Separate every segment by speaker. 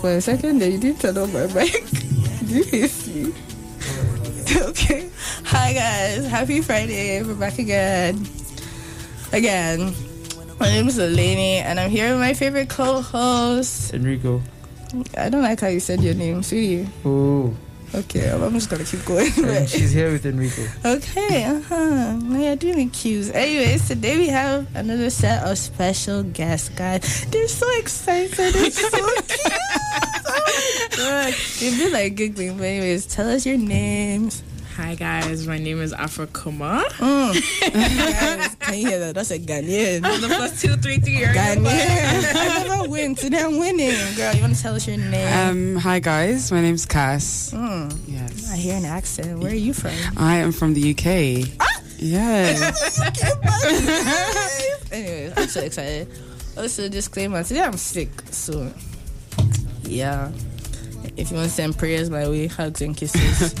Speaker 1: for a second there, you didn't turn on my mic. Do you miss me? okay. Hi guys. Happy Friday. We're back again. Again. My name is Eleni and I'm here with my favorite co-host.
Speaker 2: Enrico.
Speaker 1: I don't like how you said your name, sweetie.
Speaker 2: Oh,
Speaker 1: Okay, I'm just gonna keep going.
Speaker 2: and she's here with Enrico.
Speaker 1: Okay, uh huh. We are doing the cues. Anyways, today we have another set of special guests, guys. They're so excited. It's so cute. Oh my god. They've been like giggling. But anyways, tell us your names.
Speaker 3: Hi guys, my name is Afro Kuma.
Speaker 1: Mm. Guys, can you hear that? That's a Ghanaian.
Speaker 3: The plus two, three, three.
Speaker 1: Ghanaian. I never win. Today I'm winning. Girl, you want to tell us your name?
Speaker 4: Um, hi guys, my name's Cass.
Speaker 1: mm. I
Speaker 4: Yes,
Speaker 1: hear an accent. Where are you from?
Speaker 4: I am from the UK. Yes,
Speaker 1: Anyways, I'm so excited. Also, disclaimer today I'm sick, so yeah. If you want to send prayers my way, hugs and kisses,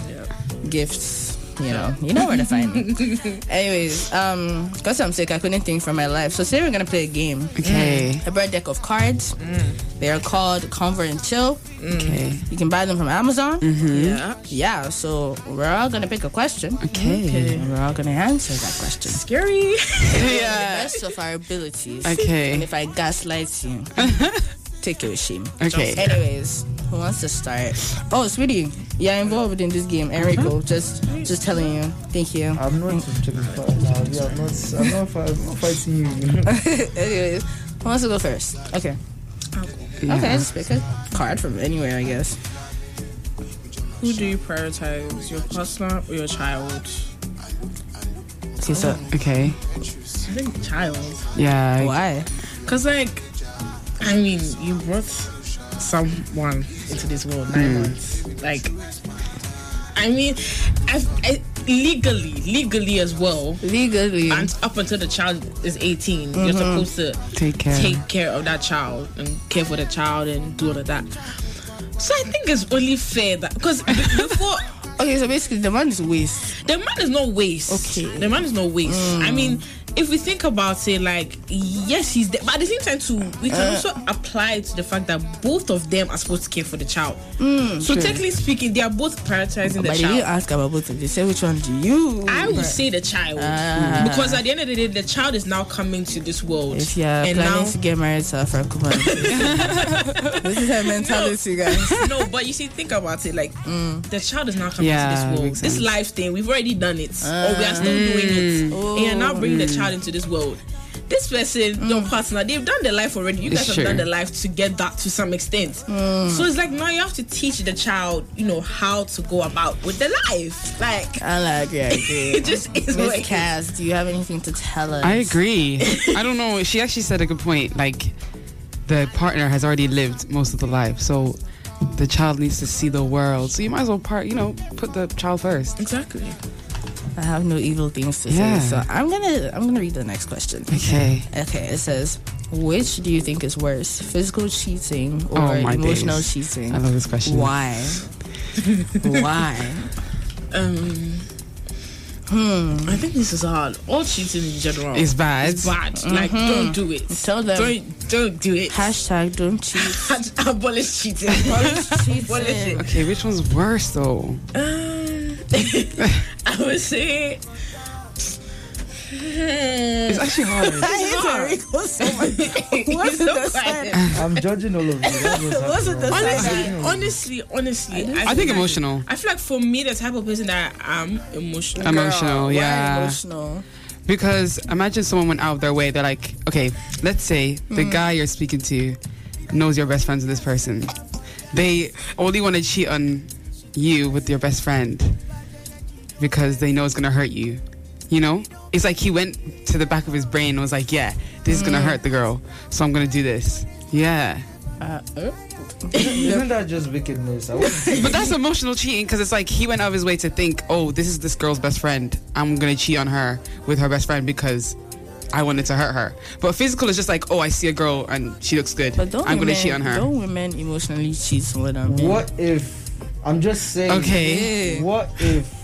Speaker 1: gifts, you know, you know where to find me. Anyways, um, because I'm sick, I couldn't think for my life. So today we're gonna play a game.
Speaker 4: okay,
Speaker 1: I brought a deck of cards. They are called Convert and Chill.
Speaker 4: okay, Mm.
Speaker 1: You can buy them from Amazon.
Speaker 3: Yeah.
Speaker 1: Yeah, so we're all gonna pick a question.
Speaker 4: okay,
Speaker 1: And we're all gonna answer that question.
Speaker 3: Scary.
Speaker 1: yeah. the best of our abilities.
Speaker 4: Okay.
Speaker 1: And if I gaslight you, take your shame.
Speaker 4: okay.
Speaker 1: Anyways, who wants to start? Oh, sweetie, you're involved in this game,
Speaker 3: Mm-hmm.
Speaker 1: Enrico. Just, just telling you. Thank you.
Speaker 2: I'm not objectifying now. Yeah, I'm not. I'm not, fi- I'm not fighting you.
Speaker 3: Uh-huh.
Speaker 1: Anyways, who wants to go first? Okay.
Speaker 4: Yeah.
Speaker 1: Okay, just pick a card from anywhere, I guess.
Speaker 3: Who do you prioritize, your partner or your child?
Speaker 1: Okay, so
Speaker 4: Okay.
Speaker 3: I think child.
Speaker 4: Yeah.
Speaker 1: why?
Speaker 3: Cause like, I mean, you brought someone into this world nine months. Like, I mean, I've, I legally, legally as well.
Speaker 1: Legally.
Speaker 3: And up until the child is 18, you're supposed to
Speaker 4: Take care.
Speaker 3: take care of that child and care for the child and do all of that. So I think it's only fair that because b- before
Speaker 1: Okay, so basically, the man is waste.
Speaker 3: the man is not waste.
Speaker 1: Okay. Mm.
Speaker 3: the man is not waste. I mean, if we think about it, like yes, he's there, but at the same time too, we can
Speaker 1: Uh.
Speaker 3: also apply it to the fact that both of them are supposed to care for the child. so technically speaking, they are both prioritizing the
Speaker 1: Mm, But they didn't
Speaker 3: child.
Speaker 1: ask about both of you. Say which one do you?
Speaker 3: I will say the child because at the end of the day, the child is now coming to this world.
Speaker 1: Ah. If you're
Speaker 3: and
Speaker 1: planning
Speaker 3: now
Speaker 1: to get married to Afro Kuma, this is her mentality, guys.
Speaker 3: no, but you see, think about it. Like
Speaker 1: Mm.
Speaker 3: the child is not coming
Speaker 4: Yeah,
Speaker 3: to this world.
Speaker 4: makes
Speaker 3: This
Speaker 4: sense.
Speaker 3: life thing, we've already done it, or we are still
Speaker 1: Mm.
Speaker 3: doing it, and you're now bringing
Speaker 4: Mm.
Speaker 3: the child into this world. This person,
Speaker 1: Mm.
Speaker 3: your partner, they've done their life already. You
Speaker 4: It's
Speaker 3: guys have
Speaker 4: true.
Speaker 3: done the life to get that to some extent.
Speaker 1: Mm.
Speaker 3: So it's like now you have to teach the child, you know, how to go about with their life. Like
Speaker 1: I like your idea.
Speaker 3: it just is what
Speaker 1: Miss
Speaker 3: it is.
Speaker 1: Cass, do you have anything to tell us?
Speaker 4: I agree. I don't know. She actually said a good point. Like, the partner has already lived most of the life, so the child needs to see the world. So you might as well part. You know, put the child first.
Speaker 3: Exactly.
Speaker 1: I have no evil things to
Speaker 4: Yeah.
Speaker 1: say, so I'm gonna I'm gonna read the next question.
Speaker 4: Okay.
Speaker 1: Okay, it says, which do you think is worse, physical cheating or
Speaker 4: Oh, my
Speaker 1: emotional
Speaker 4: days.
Speaker 1: cheating?
Speaker 4: I love this question.
Speaker 1: Why? Why?
Speaker 3: Um,
Speaker 1: Hmm.
Speaker 3: I think this is hard. All cheating in general
Speaker 4: It's bad.
Speaker 3: is bad. Like don't do it.
Speaker 1: Mm-hmm. Tell them.
Speaker 3: Don't don't do it.
Speaker 1: Hashtag don't cheat.
Speaker 3: abolish cheating. Abolish
Speaker 1: cheating.
Speaker 3: it.
Speaker 4: Okay, which one's worse though?
Speaker 3: Um, I would say.
Speaker 4: It's
Speaker 3: Hmm,
Speaker 4: actually hard.
Speaker 1: I hate Enrico so much. What's
Speaker 3: He's
Speaker 1: the
Speaker 3: so
Speaker 1: sign?
Speaker 3: quiet.
Speaker 2: I'm judging all of you. That's what's
Speaker 1: What's
Speaker 2: happening.
Speaker 1: with the
Speaker 3: Honestly, honestly, honestly, I,
Speaker 4: I think
Speaker 3: like-
Speaker 4: emotional.
Speaker 3: I feel like for me, the type of person that I am emotional.
Speaker 4: Emo-
Speaker 1: Girl,
Speaker 4: Emotional,
Speaker 1: why
Speaker 4: yeah.
Speaker 1: Emotional.
Speaker 4: Because imagine someone went out of their way. They're like, okay, let's say the guy you're speaking to knows your best friends with this person. They only want to cheat on you with your best friend because they know it's gonna hurt you. You know, it's like he went to the back of his brain and was like, yeah, this is gonna hurt the girl, so I'm gonna do this. Yeah,
Speaker 2: Isn't that just wickedness? I wouldn't say
Speaker 4: but that's emotional cheating because it's like he went out of his way to think, oh, this is this girl's best friend. I'm gonna cheat on her with her best friend because I wanted to hurt her. But physical is just like, oh, I see a girl and she looks good.
Speaker 1: But don't
Speaker 4: I'm
Speaker 1: women,
Speaker 4: gonna cheat on her.
Speaker 1: Don't women emotionally cheat more than men?
Speaker 2: What if I'm just saying?
Speaker 4: Okay.
Speaker 1: Yeah.
Speaker 2: What if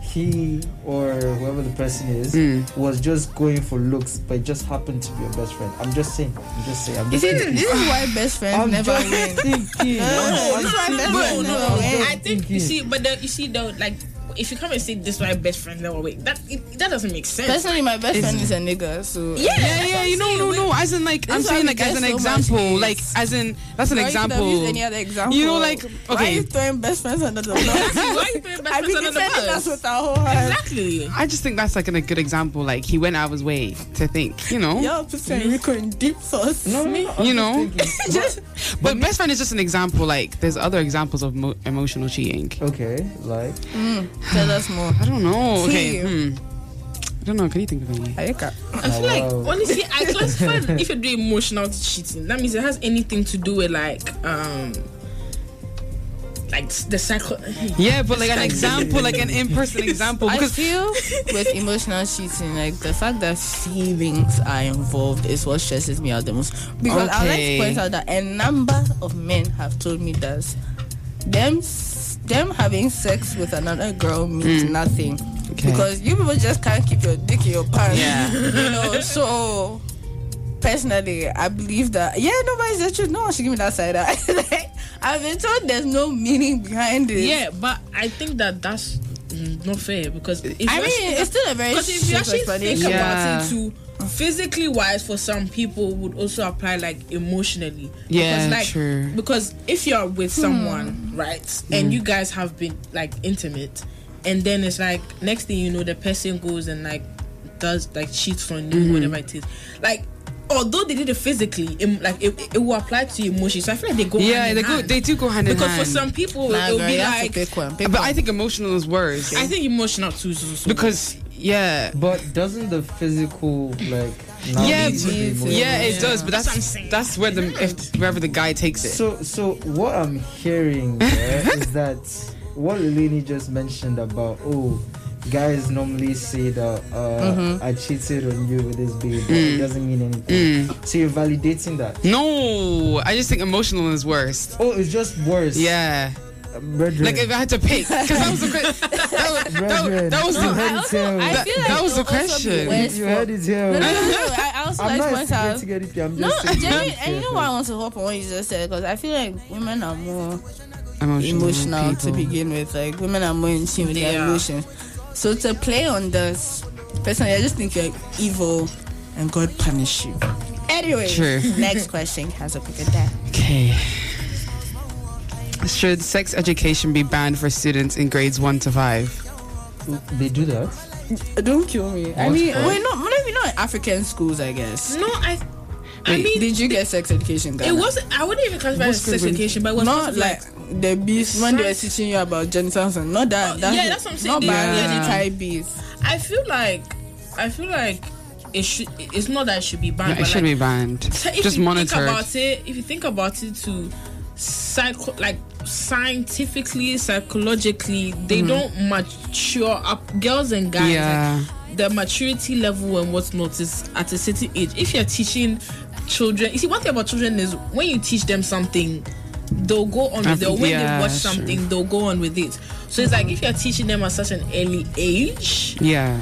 Speaker 2: he or whoever the person is
Speaker 1: Hmm.
Speaker 4: Mm.
Speaker 2: was just going for looks, but it just happened to be your best friend. I'm just saying. I'm just saying. I'm
Speaker 1: You
Speaker 2: just
Speaker 1: see,
Speaker 2: thinking.
Speaker 3: Mm-hmm.
Speaker 1: this is why best friends
Speaker 2: I'm
Speaker 1: never
Speaker 2: just
Speaker 1: win.
Speaker 2: thinking.
Speaker 1: No,
Speaker 2: I'm
Speaker 1: this is why
Speaker 2: thinking.
Speaker 1: best friends
Speaker 3: no,
Speaker 1: never
Speaker 3: no.
Speaker 1: win.
Speaker 3: I think
Speaker 2: Thinking.
Speaker 3: you see, but the, you see though, like if you come and say this is my best friend, then wait, that it, that doesn't make sense.
Speaker 1: Personally, my best friend is a nigga, so
Speaker 3: yeah,
Speaker 4: Yeah, yeah, you know, no, no. As in, like, I'm
Speaker 1: is why
Speaker 4: saying,
Speaker 1: we
Speaker 4: like,
Speaker 1: get
Speaker 4: as an
Speaker 1: so much
Speaker 4: example,
Speaker 1: hate.
Speaker 4: like, as in, that's an
Speaker 1: Or you could have used
Speaker 4: example.
Speaker 1: any other example.
Speaker 4: You know, like,
Speaker 1: why are
Speaker 4: okay.
Speaker 1: you throwing best friends under the bus?
Speaker 3: Why you putting best
Speaker 1: I've
Speaker 3: friends
Speaker 1: been
Speaker 3: under the
Speaker 1: defending us
Speaker 3: bus?
Speaker 1: with our whole heart.
Speaker 3: Exactly.
Speaker 4: I just think that's like an, a good example. Like, he went out of his way to think, you know.
Speaker 1: Y'all putting
Speaker 3: Mm-hmm.
Speaker 1: Rico in deep sauce.
Speaker 2: No, no, no, I'm
Speaker 4: You
Speaker 2: just
Speaker 4: know?
Speaker 2: thinking.
Speaker 1: just
Speaker 4: But best friend is just an example. Like, there's other examples of mo- emotional cheating.
Speaker 2: Okay, like
Speaker 1: tell us more.
Speaker 4: I don't know.
Speaker 1: See.
Speaker 4: Okay. Hmm. I don't know. Can you think of any?
Speaker 1: Ayeka.
Speaker 3: I feel like
Speaker 2: wow.
Speaker 3: honestly, I classify if you do emotional cheating, that means it has anything to do with like um like the cycle.
Speaker 4: Yeah, but like an example, like an in-person example.
Speaker 1: I
Speaker 4: Because
Speaker 1: feel with emotional cheating, like the fact that feelings are involved is what stresses me out the most. Because I'd like to
Speaker 4: Okay.
Speaker 1: point out that a number of men have told me that them them having sex with another girl means nothing.
Speaker 4: Okay.
Speaker 1: Because you people just can't keep your dick in your pants.
Speaker 4: Yeah.
Speaker 1: You know, so personally I believe that yeah, nobody's the truth. No one should give me that side eye. like, I've been told there's no meaning behind it.
Speaker 3: Yeah, but I think that that's mm, not fair because if
Speaker 1: I
Speaker 3: you
Speaker 1: mean,
Speaker 3: actually-
Speaker 1: it's still a very
Speaker 3: because if you
Speaker 1: simple
Speaker 3: actually think
Speaker 1: explanation.
Speaker 4: Yeah.
Speaker 3: about it too physically wise for some people would also apply like emotionally
Speaker 4: Yeah,
Speaker 3: because, like,
Speaker 4: true. Mm.
Speaker 3: because if you're with someone
Speaker 1: Hmm.
Speaker 3: right and you guys have been like intimate and then it's like next thing you know the person goes and like does like cheats on you
Speaker 4: Mm-hmm.
Speaker 3: whatever it is like although they did it physically em- like it, it will apply to emotions so i feel like they go hand
Speaker 4: yeah,
Speaker 3: in
Speaker 4: they go,
Speaker 3: hand.
Speaker 4: they do go hand in
Speaker 3: because
Speaker 4: hand.
Speaker 3: for some people
Speaker 1: Nah,
Speaker 3: it'll
Speaker 1: girl,
Speaker 3: be
Speaker 1: you have to
Speaker 3: like
Speaker 1: pick one. Pick
Speaker 4: but I think emotional is worse.
Speaker 3: I think emotional too. So, so.
Speaker 4: because yeah,
Speaker 2: But doesn't the physical like now
Speaker 4: yeah,
Speaker 2: lead to the
Speaker 1: it's-
Speaker 2: emotional?
Speaker 4: yeah, it does. But
Speaker 3: That's what I'm
Speaker 4: that's
Speaker 3: saying.
Speaker 4: that's where the if wherever the guy takes it.
Speaker 2: So so what I'm hearing yeah, is that what Lilini just mentioned about oh guys normally say that uh,
Speaker 4: Mm-hmm.
Speaker 2: I cheated on you with this babe, but
Speaker 4: Mm.
Speaker 2: it doesn't mean anything. So you're validating that.
Speaker 4: No, I just think emotional is worse.
Speaker 2: Oh, it's just worse.
Speaker 4: Yeah,
Speaker 2: Uh, brethren.
Speaker 4: like if I had to pick, because that was the que- that, was- that, was-
Speaker 2: Brethren,
Speaker 4: that was
Speaker 2: you
Speaker 4: the,
Speaker 2: heard it here.
Speaker 1: I
Speaker 4: that,
Speaker 1: feel like
Speaker 4: that was
Speaker 1: it'll also
Speaker 4: the
Speaker 1: be
Speaker 4: question.
Speaker 1: worse.
Speaker 2: You heard it here.
Speaker 1: No, no, no, no. I I also
Speaker 2: I'm
Speaker 1: like
Speaker 2: not
Speaker 1: to point out.
Speaker 2: instigating anything. I'm
Speaker 1: No,
Speaker 2: just saying.
Speaker 1: genuinely,
Speaker 2: it's
Speaker 1: and you know
Speaker 2: here.
Speaker 1: why I want to hop on what you just said because I feel like women are more emotional
Speaker 4: Emotional
Speaker 1: to
Speaker 4: people.
Speaker 1: begin with. Like women are more in tune with their
Speaker 3: Yeah.
Speaker 1: emotions. So to play on this, personally, I just think you're evil, and God punish you. Anyway,
Speaker 4: True.
Speaker 1: next question has a bigger dad.
Speaker 4: Okay. Should sex education be banned for students in grades one to five?
Speaker 2: They do that.
Speaker 1: Don't kill me. I
Speaker 2: What
Speaker 1: mean,
Speaker 2: for?
Speaker 1: wait, not maybe not in African schools, I guess.
Speaker 3: no, I. I
Speaker 4: Wait,
Speaker 3: mean,
Speaker 1: Did you get sex education, guys?
Speaker 3: it wasn't. I wouldn't even classify it as sex education, but it was
Speaker 1: not
Speaker 3: not like.
Speaker 1: like the beast when they're
Speaker 3: Some-
Speaker 1: teaching you about genitals and not that.
Speaker 3: Oh,
Speaker 1: that's
Speaker 3: yeah, that's what I'm saying.
Speaker 1: Not
Speaker 3: They-
Speaker 1: biology
Speaker 4: Yeah.
Speaker 1: type beast.
Speaker 3: I feel like. I feel like it should. It's not that it should be
Speaker 4: no,
Speaker 3: banned.
Speaker 4: it
Speaker 3: but
Speaker 4: should
Speaker 3: like,
Speaker 4: be banned.
Speaker 3: so if
Speaker 4: Just
Speaker 3: you
Speaker 4: monitor.
Speaker 3: Think about it, if you think about it, to psycho like scientifically, psychologically, they don't mature up. Girls and guys. like,
Speaker 4: Mm-hmm. Yeah.
Speaker 3: the maturity level and whatnot is at a certain age. If you're teaching children, you see, one thing about children is when you teach them something, they'll go on with it. Or when
Speaker 4: Yeah,
Speaker 3: they watch
Speaker 4: sure.
Speaker 3: something, they'll go on with it. So it's like if you're teaching them at such an early age,
Speaker 4: Yeah.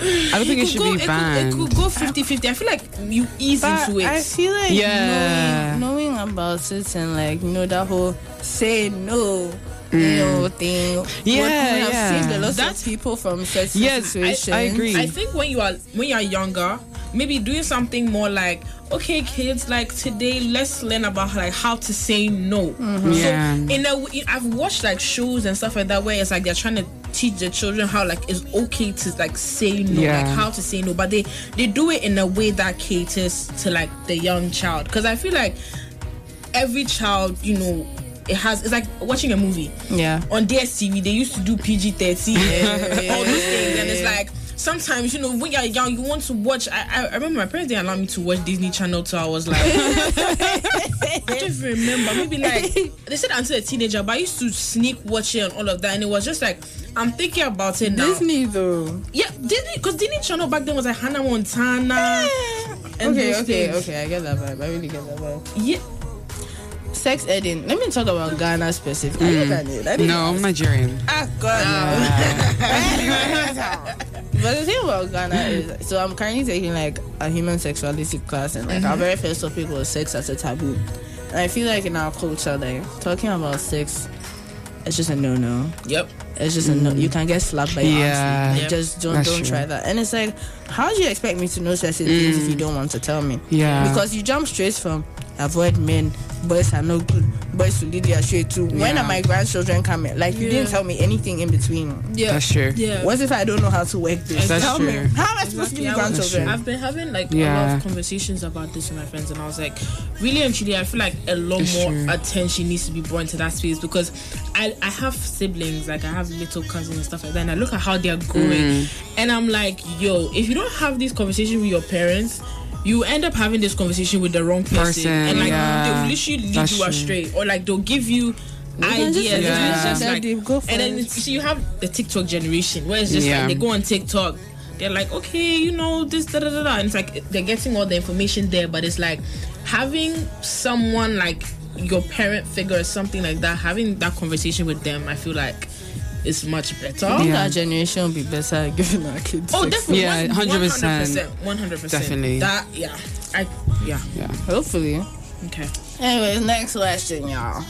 Speaker 4: I don't think it
Speaker 3: could
Speaker 4: should
Speaker 3: go,
Speaker 4: be
Speaker 3: could,
Speaker 4: banned.
Speaker 3: it could go 50 50. I feel like you ease into
Speaker 1: But
Speaker 3: it.
Speaker 1: I feel like
Speaker 4: Yeah.
Speaker 1: knowing, knowing about it and like you know that whole say no. You know, thing.
Speaker 4: Yeah,
Speaker 1: would have
Speaker 4: yeah.
Speaker 1: saved a lot
Speaker 3: That's-
Speaker 1: of people from such
Speaker 4: Yes, I- I
Speaker 1: situations.
Speaker 4: agree.
Speaker 3: I think when you are when you are younger, maybe doing something more like, okay, kids, like today, let's learn about like how to say no.
Speaker 4: Mm-hmm. Yeah.
Speaker 3: So in a w- I've watched like shows and stuff like that where it's like they're trying to teach the children how like it's okay to like say no,
Speaker 4: Yeah.
Speaker 3: like how to say no, but they they do it in a way that caters to like the young child because I feel like every child, you know. It has it's like watching a movie
Speaker 1: Yeah.
Speaker 3: on DSTV they used to do PG thirteen and eh, all those things, and it's like sometimes you know when you're young you want to watch. I, I- I remember my parents didn't allow me to watch Disney Channel, so I was like, I don't even remember. Maybe like they said until a teenager, but I used to sneak watch it and all of that, and it was just like I'm thinking about it now.
Speaker 1: Disney though.
Speaker 3: Yeah, Disney because Disney Channel back then was like Hannah Montana. And
Speaker 1: okay,
Speaker 3: those
Speaker 1: okay,
Speaker 3: things.
Speaker 1: okay. I get that vibe. I really get that vibe.
Speaker 3: Yeah.
Speaker 1: sex editing. Let me talk about Ghana specifically. I didn't- I didn't- I didn't-
Speaker 4: No, I'm Nigerian.
Speaker 1: Ah, God. no. but the thing about Ghana is, so I'm currently taking like a human sexuality class, and like our
Speaker 4: Mm-hmm.
Speaker 1: very first topic was sex as a taboo. And I feel like in our culture, like talking about sex, it's just a no-no.
Speaker 3: Yep.
Speaker 1: It's just a no. You can get slapped by your
Speaker 4: Mm. Yeah.
Speaker 1: auntie. Like,
Speaker 3: Yep.
Speaker 1: Just don't
Speaker 4: That's
Speaker 1: don't
Speaker 4: true. Mm.
Speaker 1: try that. And it's like, how do you expect me to know certain things if you don't want to tell me?
Speaker 4: Yeah.
Speaker 1: Because you jump straight from avoid men, boys are no good, boys will lead you astray too. When
Speaker 4: Yeah.
Speaker 1: are my grandchildren coming? Like you didn't
Speaker 3: Yeah.
Speaker 1: tell me anything in between.
Speaker 3: Yeah.
Speaker 4: That's true.
Speaker 3: Yeah.
Speaker 1: What if I don't know how to work this?
Speaker 3: That's
Speaker 1: tell me.
Speaker 4: true.
Speaker 1: How am I supposed
Speaker 3: Exactly.
Speaker 1: to be
Speaker 3: I was-
Speaker 1: grandchildren?
Speaker 3: I've been having like a lot
Speaker 4: Yeah.
Speaker 3: of conversations about this with my friends, and I was like, really and truly, I feel like a lot
Speaker 4: It's
Speaker 3: more
Speaker 4: true.
Speaker 3: attention needs to be brought into that space because I, I have siblings, like I have little cousins and stuff like that, and I look at how they are growing,
Speaker 4: Mm.
Speaker 3: and I'm like, yo, if you don't have this conversation with your parents. You end up having this conversation with the wrong person,
Speaker 4: Person,
Speaker 3: and like they
Speaker 4: yeah.
Speaker 3: will literally lead
Speaker 4: That's
Speaker 3: you
Speaker 4: true.
Speaker 3: astray, or like they'll give you
Speaker 1: can
Speaker 3: ideas.
Speaker 1: just
Speaker 3: and
Speaker 4: Yeah.
Speaker 3: it's just
Speaker 1: that
Speaker 3: like-
Speaker 1: they go for
Speaker 3: and then
Speaker 1: it.
Speaker 3: it's, so you have the TikTok generation where it's just
Speaker 4: Yeah.
Speaker 3: like they go on TikTok, they're like, okay, you know, this, da da da da. And it's like they're getting all the information there, but it's like having someone like your parent figure or something like that, having that conversation with them, I feel like is much better.
Speaker 1: I think
Speaker 4: Yeah.
Speaker 1: our generation will be better at giving our kids.
Speaker 3: Oh,
Speaker 1: sex.
Speaker 3: definitely.
Speaker 4: Yeah, 100%.
Speaker 3: 100%.
Speaker 4: Definitely.
Speaker 3: That, yeah. I, yeah.
Speaker 4: Yeah.
Speaker 1: Hopefully.
Speaker 3: Okay.
Speaker 1: Anyways, next question, y'all.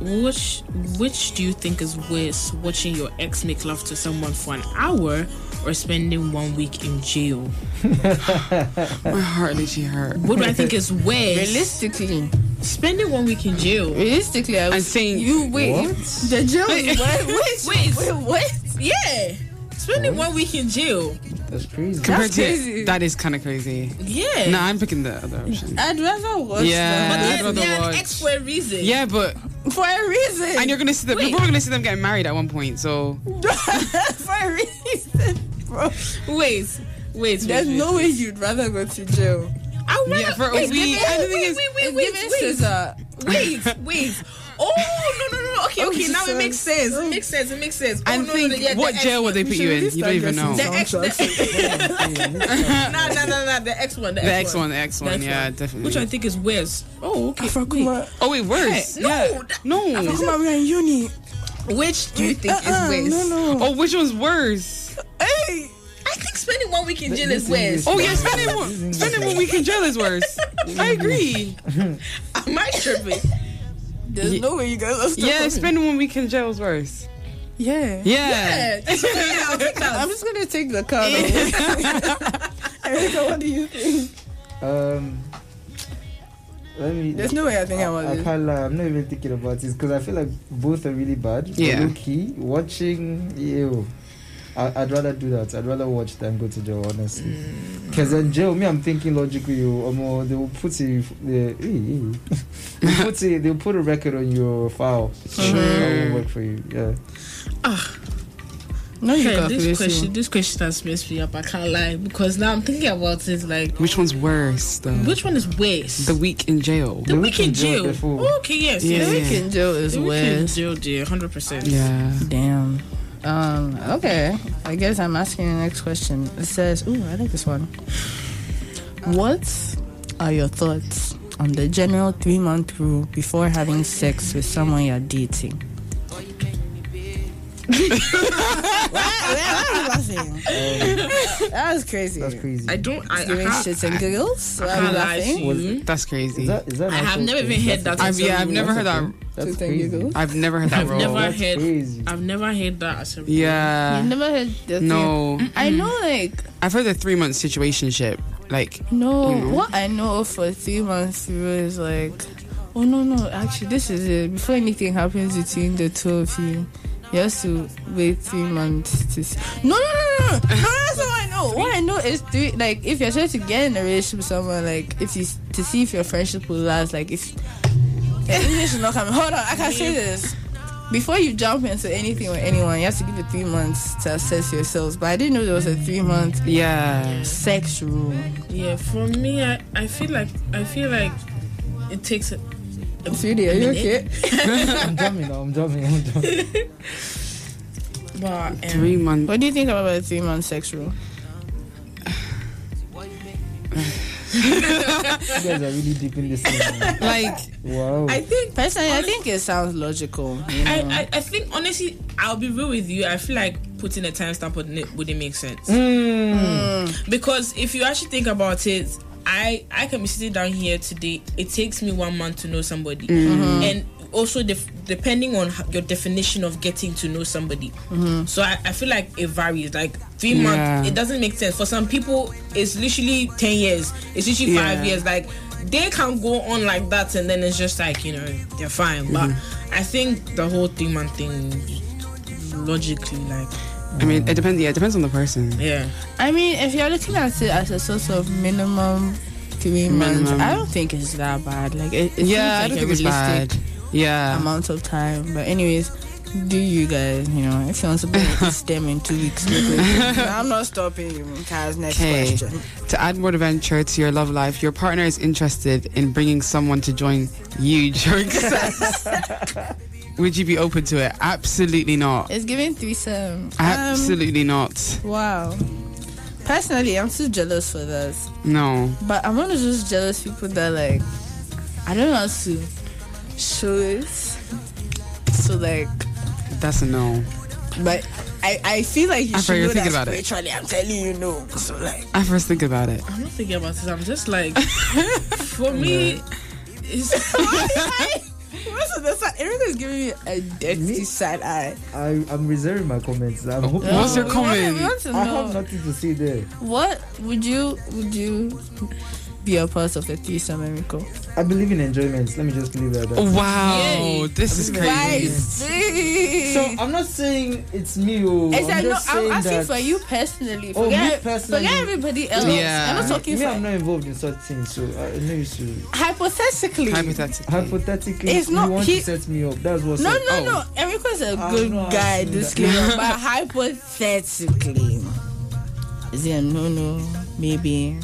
Speaker 3: Which which do you think is worse, watching your ex make love to someone for an hour or spending one week in jail?
Speaker 4: My heart literally hurt.
Speaker 3: What do I think is worse?
Speaker 1: Realistically,
Speaker 3: Spending one week in jail.
Speaker 1: realistically, I would
Speaker 4: saying-
Speaker 1: you wait.
Speaker 2: What?
Speaker 1: The jail. Wait,
Speaker 3: Wait.
Speaker 1: wait, wait, what?
Speaker 3: Yeah. Spending one week in jail.
Speaker 2: That's crazy.
Speaker 4: Compared to
Speaker 1: crazy.
Speaker 4: that is kind of crazy.
Speaker 3: Yeah.
Speaker 4: No, I'm picking the other option.
Speaker 1: I'd rather watch
Speaker 4: Yeah.
Speaker 3: but
Speaker 1: that
Speaker 4: I'd
Speaker 3: they're,
Speaker 4: rather
Speaker 3: they're an
Speaker 4: watch.
Speaker 3: ex for a reason.
Speaker 4: Yeah, but
Speaker 1: for a reason.
Speaker 4: and you're gonna see them.
Speaker 3: Wait. Oh,
Speaker 4: We're probably gonna see them getting married at one point. So
Speaker 1: for a reason, bro.
Speaker 3: Wait. Wait.
Speaker 1: There's
Speaker 3: wait,
Speaker 1: no way you'd rather go to jail.
Speaker 3: I rather,
Speaker 4: Yeah, for a
Speaker 3: wait,
Speaker 4: week.
Speaker 3: Wait,
Speaker 4: And the
Speaker 3: wait,
Speaker 4: thing is-
Speaker 1: It's
Speaker 3: wait, wait, wait,
Speaker 1: given
Speaker 3: wait,
Speaker 1: scissor.
Speaker 3: wait, wait. Oh no no no no. Okay
Speaker 1: Oh,
Speaker 3: okay. Now it
Speaker 1: Jesus.
Speaker 3: makes sense. It makes sense. It makes sense. Oh,
Speaker 4: and
Speaker 3: no, no,
Speaker 4: think
Speaker 3: no, yeah, the
Speaker 4: what
Speaker 3: ex
Speaker 4: jail would they
Speaker 1: We
Speaker 4: put
Speaker 1: should
Speaker 4: you in?
Speaker 1: really
Speaker 4: You don't
Speaker 1: start
Speaker 4: even
Speaker 1: dressing
Speaker 4: know.
Speaker 3: The
Speaker 4: The
Speaker 3: ex, the, no, no, no, no, the ex one, the,
Speaker 4: X one, the X one, yeah, definitely.
Speaker 3: Which I think is worse. Oh, okay.
Speaker 1: Afrakuma,
Speaker 4: oh wait, worse.
Speaker 3: No,
Speaker 4: yeah.
Speaker 3: that-
Speaker 4: no.
Speaker 1: Afrakuma, we're in uni.
Speaker 3: wait. Which do you think
Speaker 1: Uh-uh,
Speaker 3: is worse?
Speaker 1: No, no.
Speaker 4: Oh, which one's worse?
Speaker 1: Hey,
Speaker 3: I think spending one week in jail is worse.
Speaker 4: Oh yeah, spending one, spending one week in jail is worse. I agree.
Speaker 3: Am I tripping?
Speaker 1: there's no way you guys are still
Speaker 4: Yeah,
Speaker 1: coming.
Speaker 4: spending one week in jail is worse.
Speaker 1: yeah.
Speaker 4: Yeah.
Speaker 3: Yeah. Yeah, I'll take that.
Speaker 1: I'm just gonna take the card. Erica, what do you think?
Speaker 2: Um, let me.
Speaker 1: There's no way I think I
Speaker 2: I
Speaker 1: want it.
Speaker 2: can't lie, I'm not even thinking about this because I feel like both are really bad.
Speaker 4: Yeah.
Speaker 2: Low key, watching, ew. I, I'd rather do that. I'd rather watch than go to jail, honestly. Because in jail, me, I'm thinking logically, you, um, uh, they will put a, eh, the, they'll put a, they'll put a record on your file. So That will work for you. Yeah.
Speaker 1: No, you
Speaker 3: Okay,
Speaker 1: can't.
Speaker 3: this question, this question has messed me up. I can't lie because now I'm thinking about it. Like,
Speaker 4: Which one's worse though?
Speaker 3: which one is worse?
Speaker 4: the week in jail.
Speaker 3: The
Speaker 2: The
Speaker 3: week in jail.
Speaker 2: before.
Speaker 3: okay, yes.
Speaker 4: Yeah.
Speaker 3: yes.
Speaker 1: The week in jail is
Speaker 3: The week in
Speaker 1: worse.
Speaker 3: jail, dear, hundred percent.
Speaker 4: Yeah.
Speaker 1: Damn. Um, okay. I guess I'm asking the next question. It says, ooh, I like this one. What are your thoughts on the general three month rule before having sex with someone you're dating? That was crazy.
Speaker 2: That's crazy.
Speaker 3: I don't. I, I,
Speaker 1: Doing
Speaker 3: can't-
Speaker 1: shits and giggles.
Speaker 3: I can't lie to
Speaker 1: laughing.
Speaker 3: you.
Speaker 4: That's crazy.
Speaker 2: Is that, is that
Speaker 3: I
Speaker 2: an
Speaker 3: have
Speaker 2: actual
Speaker 3: never
Speaker 2: thing?
Speaker 3: even heard
Speaker 2: That's
Speaker 3: that.
Speaker 2: a-
Speaker 4: I've,
Speaker 3: as a
Speaker 4: yeah, I've
Speaker 3: rule.
Speaker 4: never heard that.
Speaker 2: thing. That's
Speaker 1: Shits and
Speaker 2: crazy.
Speaker 1: giggles.
Speaker 4: I've never heard that
Speaker 3: I've
Speaker 4: role.
Speaker 3: never
Speaker 2: That's
Speaker 3: heard.
Speaker 2: crazy.
Speaker 3: I've never heard that as a rule.
Speaker 4: Yeah.
Speaker 1: You never heard the thing-
Speaker 4: No,
Speaker 1: I know, like,
Speaker 4: I've heard the three month situationship. Like,
Speaker 1: No,
Speaker 4: You know?
Speaker 1: what I know for three months through is like, oh no, no, actually, this is it. Before anything happens between the two of you, you have to wait three months to see. No, no, no, no, no, no, that's not what I know. What I know is three, like, if you're trying to get in a relationship with someone, like, if you to see if your friendship will last, like, if the English is not coming, hold on, I can say this. Before you jump into anything with anyone, you have to give it three months to assess yourselves. But I didn't know there was a three month
Speaker 4: yeah,
Speaker 1: sex rule.
Speaker 3: Yeah, for me, I, I feel like I feel like it takes. A,
Speaker 1: Sweetie, are you okay?
Speaker 2: I'm jumping now. I'm jumping. I'm jumping.
Speaker 3: but um,
Speaker 4: three month.
Speaker 1: What do you think about the three month sex rule?
Speaker 2: You guys are really deep in this thing. man.
Speaker 4: like
Speaker 2: Wow.
Speaker 3: I think
Speaker 1: Personally, I think it sounds logical. You know?
Speaker 3: I, I, I think honestly, I'll be real with you. I feel like putting a timestamp on it wouldn't make sense
Speaker 2: Hmm.
Speaker 3: because if you actually think about it, I I can be sitting down here today. It takes me one month to know somebody,
Speaker 4: Mm-hmm.
Speaker 3: and also def- depending on ho- your definition of getting to know somebody. So I, I feel like it varies. Like three months,
Speaker 4: Mm-hmm. Yeah.
Speaker 3: it doesn't make sense for some people. It's literally ten years. It's literally five
Speaker 4: Yeah.
Speaker 3: years. Like they can go on like that, and then it's just like you know they're fine.
Speaker 4: Mm-hmm.
Speaker 3: But I think the whole three month thing, logically, like
Speaker 4: I mean it depends yeah, it depends on the person.
Speaker 3: yeah.
Speaker 1: I mean, if you're looking at it as a source of minimum three months,
Speaker 4: Minimum.
Speaker 1: I don't think it's that bad. Like, it, it
Speaker 4: yeah, I
Speaker 1: seems like
Speaker 4: don't think
Speaker 1: a
Speaker 4: it's
Speaker 1: realistic
Speaker 4: bad. Yeah.
Speaker 1: amount of time. But anyways, do you guys, you know, if you want to be with them in two weeks, look at it. No, I'm not stopping you. Kaz, next
Speaker 4: Okay.
Speaker 1: question.
Speaker 4: To add more adventure to your love life, your partner is interested in bringing someone to join you during sex. Would you be open to it? Absolutely not.
Speaker 1: It's giving threesome. Um,
Speaker 4: Absolutely not.
Speaker 1: wow. Personally, I'm too jealous for that.
Speaker 4: No.
Speaker 1: But I'm one of those jealous people that like I don't know how to show it. So like
Speaker 4: That's a no.
Speaker 1: but I, I feel like you
Speaker 4: Afra,
Speaker 1: should
Speaker 4: you're
Speaker 1: know that
Speaker 4: thinking about it.
Speaker 1: spiritually I'm telling you no. So like
Speaker 4: I first think about it.
Speaker 3: I'm not thinking about this. I'm just like, for me, it's
Speaker 1: most of the time Erica's giving me a dirty
Speaker 2: Me?
Speaker 1: side eye.
Speaker 2: I, I'm reserving my comments. I'm hoping.
Speaker 4: What's
Speaker 1: No,
Speaker 4: your
Speaker 1: we wanna-
Speaker 4: comment?
Speaker 1: we want to
Speaker 2: I
Speaker 1: know.
Speaker 2: have nothing to say there.
Speaker 1: What would you would you be a part of a threesome, Erico?
Speaker 2: I believe in enjoyment. Let me just leave it at that.
Speaker 4: Wow.
Speaker 3: Yay.
Speaker 4: This is crazy.
Speaker 1: Guys,
Speaker 2: So
Speaker 1: see.
Speaker 2: I'm not saying it's me. Oh,
Speaker 1: It's
Speaker 2: I'm
Speaker 1: like, no,
Speaker 2: just
Speaker 1: I'm
Speaker 2: saying
Speaker 1: asking
Speaker 2: that
Speaker 1: for you personally.
Speaker 2: Oh, me
Speaker 1: Forget,
Speaker 2: personally.
Speaker 1: forget everybody else.
Speaker 4: Yeah.
Speaker 1: I'm not
Speaker 4: Me-
Speaker 1: talking
Speaker 2: me,
Speaker 1: for
Speaker 2: I'm not involved in such things, so uh, I know you should.
Speaker 1: hypothetically.
Speaker 4: Hypothetically.
Speaker 2: Hypothetically,
Speaker 1: It's
Speaker 2: you
Speaker 1: not-
Speaker 2: want
Speaker 1: he-
Speaker 2: to set me up. That's what's
Speaker 1: no,
Speaker 2: up.
Speaker 1: no, no. Erico's a
Speaker 2: I'm
Speaker 1: good
Speaker 2: not
Speaker 1: guy,
Speaker 2: asking that.
Speaker 1: disclaimer. but hypothetically, is it a no, no? Maybe.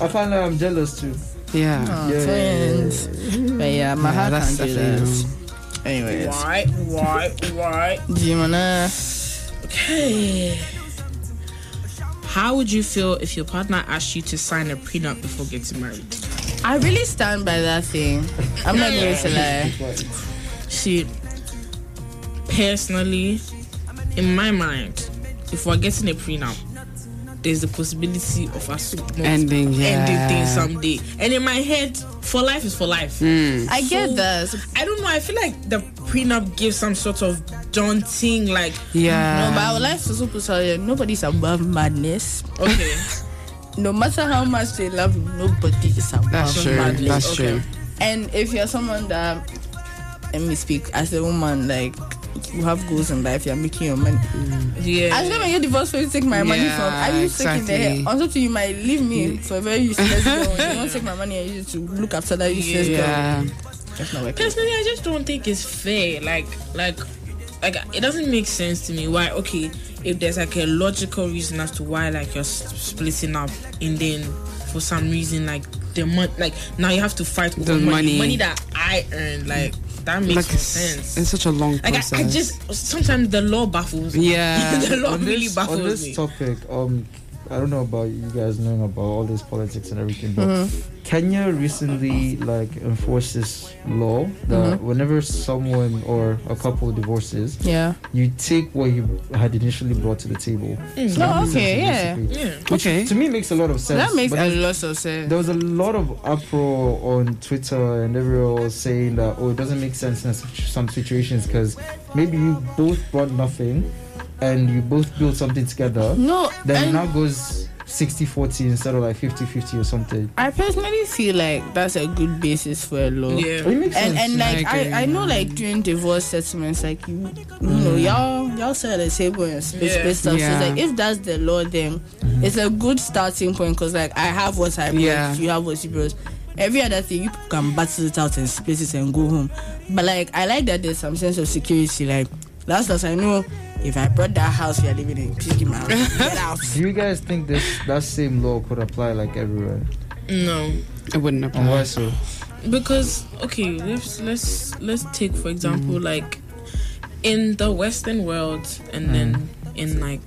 Speaker 2: I found out I'm jealous too.
Speaker 4: Yeah.
Speaker 1: Oh,
Speaker 2: Yeah.
Speaker 1: friends. But yeah, my
Speaker 4: Yeah,
Speaker 1: heart
Speaker 4: that's
Speaker 1: can't do
Speaker 4: definitely
Speaker 1: that. Anyways,
Speaker 3: why, why, why?
Speaker 1: do you wanna?
Speaker 3: Okay. How would you feel if your partner asked you to sign a prenup before getting married?
Speaker 1: I really stand by that thing. I'm not going to lie.
Speaker 2: But
Speaker 3: See, personally, in my mind, if we're getting a prenup, there's the possibility of us not
Speaker 4: Ending, yeah.
Speaker 3: ending things someday. And in my head, for life is for life.
Speaker 4: Mm,
Speaker 1: I get that.
Speaker 3: I don't know. I feel like the prenup gives some sort of daunting, like
Speaker 2: Um,
Speaker 4: Yeah.
Speaker 1: No, but I would like to also tell you, nobody's above madness.
Speaker 3: okay,
Speaker 1: No matter how much they love you, nobody is above
Speaker 4: That's true.
Speaker 1: madness.
Speaker 4: That's
Speaker 3: Okay.
Speaker 4: true.
Speaker 1: And if you're someone that, let me speak, as a woman, like, you have goals in life, you're making your money.
Speaker 3: yeah.
Speaker 1: I was gonna get divorced where you take my money
Speaker 4: Yeah,
Speaker 1: from. Are you sick in the head?
Speaker 4: exactly.
Speaker 1: On top of you might leave me for a very useless girl. You don't take my money and use it to look after that useless girl.
Speaker 4: Yeah.
Speaker 1: That's not working.
Speaker 3: Personally, I just don't think it's fair. Like, like, like it doesn't make sense to me. Why? Okay, if there's like a logical reason as to why like you're s- splitting up, and then for some reason like the money, like now you have to fight over
Speaker 4: The money.
Speaker 3: money that I earned. Like that
Speaker 4: Like
Speaker 3: makes no
Speaker 4: it's,
Speaker 3: sense.
Speaker 4: it's such a long
Speaker 3: like
Speaker 4: process.
Speaker 3: I, I just sometimes the law baffles me.
Speaker 4: Yeah.
Speaker 3: the law
Speaker 2: on
Speaker 3: really
Speaker 2: this, on
Speaker 3: baffles
Speaker 2: this
Speaker 3: me.
Speaker 2: topic, um, I don't know about you guys knowing about all this politics and everything, but
Speaker 1: Mm-hmm.
Speaker 2: Kenya recently like enforced this law that
Speaker 1: Mm-hmm.
Speaker 2: whenever someone or a couple divorces,
Speaker 1: Yeah.
Speaker 2: you take what you had initially brought to the table. So
Speaker 1: No,
Speaker 2: that makes
Speaker 1: Oh, okay,
Speaker 2: sense,
Speaker 1: yeah.
Speaker 2: basically.
Speaker 3: Yeah.
Speaker 4: okay.
Speaker 2: To me, it makes a lot of sense.
Speaker 1: that makes
Speaker 2: but
Speaker 1: a lot of sense.
Speaker 2: there was a lot of uproar on Twitter and everyone was saying that oh it doesn't make sense in such- some situations because maybe you both brought nothing and you both built something together
Speaker 1: No,
Speaker 2: then
Speaker 1: and
Speaker 2: now goes 60 40 instead of like 50 50 or something
Speaker 1: I personally feel like that's a good basis for a
Speaker 4: Oh.
Speaker 1: law.
Speaker 3: Yeah.
Speaker 2: it makes
Speaker 1: and
Speaker 2: sense
Speaker 1: and like
Speaker 4: I agree.
Speaker 1: I, I know like during divorce settlements like you you
Speaker 4: Mm.
Speaker 1: know y'all y'all sit at the table and space
Speaker 3: Yeah.
Speaker 1: space stuff so
Speaker 4: Yeah.
Speaker 1: it's like if that's the law then it's a good starting point because like I have what I brought
Speaker 4: Yeah.
Speaker 1: you have what you brought every other thing you can battle it out and space it and go home but like I like that there's some sense of security like last as I know if I brought that house we are living in please give my house get out
Speaker 2: do you guys think this that same law could apply like everywhere
Speaker 3: No.
Speaker 4: It wouldn't apply.
Speaker 2: and why so
Speaker 3: because okay let's let's let's take for example like in the western world and then in like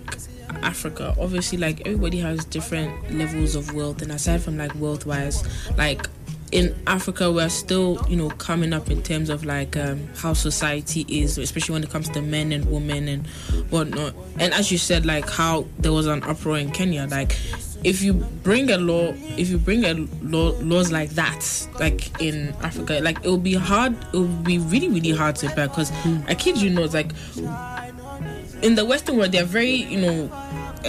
Speaker 3: Africa, obviously, like everybody has different levels of wealth, and aside from like wealth wise, like in Africa, we're still, you know, coming up in terms of like um, how society is, especially when it comes to men and women and whatnot. And as you said, like how there was an uproar in Kenya, like if you bring a law, if you bring a law laws like that, like in Africa, like it will be hard, it will be really, really hard to impact. Because I kid you not, like in the Western world, they're very, you know,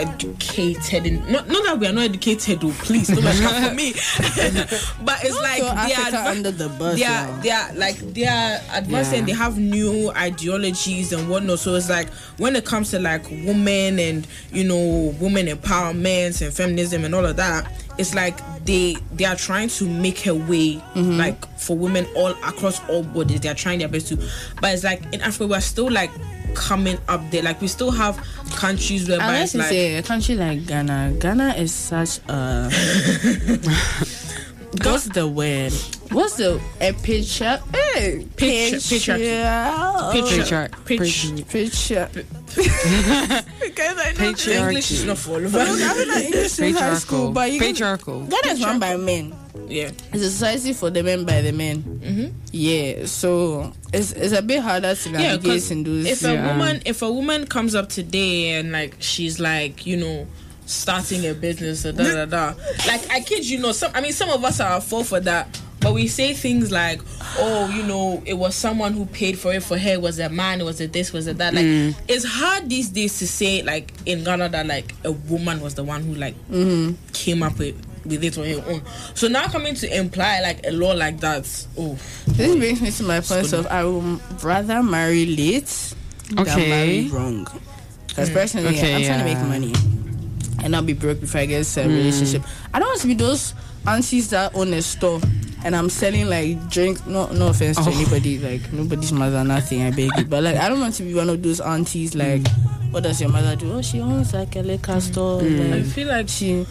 Speaker 3: educated. And not, not that we are not educated, though, please don't make that for me. but it's like
Speaker 1: Throw
Speaker 3: they are
Speaker 1: Africa
Speaker 3: adva-
Speaker 1: under the bus.
Speaker 3: they are
Speaker 1: now.
Speaker 3: they are like they are advanced
Speaker 4: Yeah.
Speaker 3: and they have new ideologies and whatnot. So it's like when it comes to like women and you know women empowerment and feminism and all of that, it's like they they are trying to make a way like for women all across all bodies. They are trying their best to, but it's like in Africa we're still like coming up there. Like we still have countries where
Speaker 1: Unless
Speaker 3: it's
Speaker 1: you
Speaker 3: like
Speaker 1: say a country like Ghana, Ghana is such a. What's the word? What's the a picture? Hey,
Speaker 3: Picture- picture.
Speaker 1: picture,
Speaker 4: Patriarch.
Speaker 3: Pitch.
Speaker 1: picture. because I know
Speaker 4: Patriarchy.
Speaker 3: English is not for all of
Speaker 1: I don't
Speaker 3: us.
Speaker 1: have an English in high school,
Speaker 4: Patriarchal.
Speaker 1: but you can-
Speaker 4: Patriarchal.
Speaker 1: Ghana is run by men.
Speaker 3: yeah.
Speaker 1: It's a society for the men by the men. Mm-hmm. Yeah, so it's it's a bit harder to
Speaker 3: yeah,
Speaker 1: navigate
Speaker 3: 'cause
Speaker 1: in those.
Speaker 3: if a woman if a woman comes up today and like she's like you know starting a business or da da da like I kid you not some I mean some of us are at fault for that but we say things like oh you know it was someone who paid for it for her it was a man it was a this was a that like it's hard these days to say like in Ghana that like a woman was the one who like came up with with it on her own so now coming to imply like a law like that oh
Speaker 1: This brings me to my point of I would rather marry late than
Speaker 4: Okay. Mm.
Speaker 1: marry wrong. Because personally,
Speaker 4: Okay,
Speaker 1: I'm trying to
Speaker 4: yeah.
Speaker 1: make
Speaker 4: Mm.
Speaker 1: money and I'll be broke before I get a relationship. I don't want to be those aunties that own a store and I'm selling like drinks. No, no offense to
Speaker 4: Oh.
Speaker 1: anybody, like nobody's mother, nothing. I beg you, but like I don't want to be one of those aunties like.
Speaker 4: Mm.
Speaker 1: What does your mother do? Oh, she owns like a liquor store.
Speaker 3: I
Speaker 1: like,
Speaker 3: feel like
Speaker 1: she.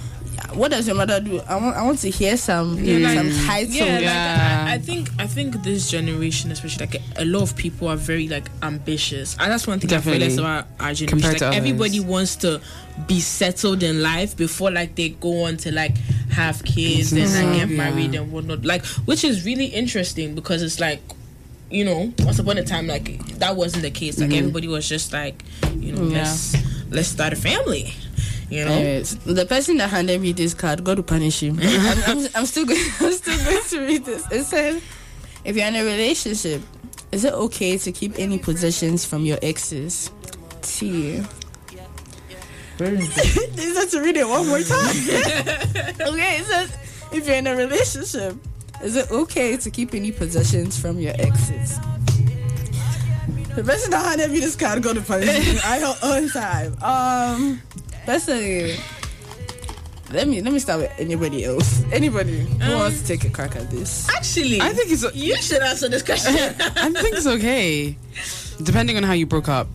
Speaker 1: What does your mother do? I want. I want to hear some.
Speaker 3: Yeah, like-
Speaker 1: some title.
Speaker 3: Yeah,
Speaker 4: Yeah.
Speaker 3: Like, I, I think I think this generation, especially like a, lot of people are very like ambitious, and that's one thing
Speaker 4: Definitely.
Speaker 3: I realized about our generation.
Speaker 4: Compared
Speaker 3: like
Speaker 4: to others.
Speaker 3: everybody wants to be settled in life before like they go on to like have kids and like, get
Speaker 4: Yeah.
Speaker 3: married and whatnot. Like, which is really interesting because it's like. You know, once upon a time, like that wasn't the case.
Speaker 4: Mm-hmm.
Speaker 3: Like everybody was just like, you know,
Speaker 1: Yeah.
Speaker 3: let's let's start a family. You know,
Speaker 1: Anyways, the person that handed me this card, God will punish him. I'm, I'm, I'm still going. I'm still going to read this. It said, "If you're in a relationship, is it okay to keep any possessions from your exes?" T.
Speaker 2: Where is the
Speaker 1: Is that to read it one more time? okay, it says, "If you're in a relationship, is it okay to keep any possessions from your exes?" The person that handed me this card, God will punish him. I don't own time. Um, personally let me let me start with anybody else. Anybody
Speaker 4: Um,
Speaker 1: who wants to take a crack at this?
Speaker 3: actually,
Speaker 4: I think it's
Speaker 3: you should answer this question.
Speaker 4: I think it's okay. Depending on how you broke up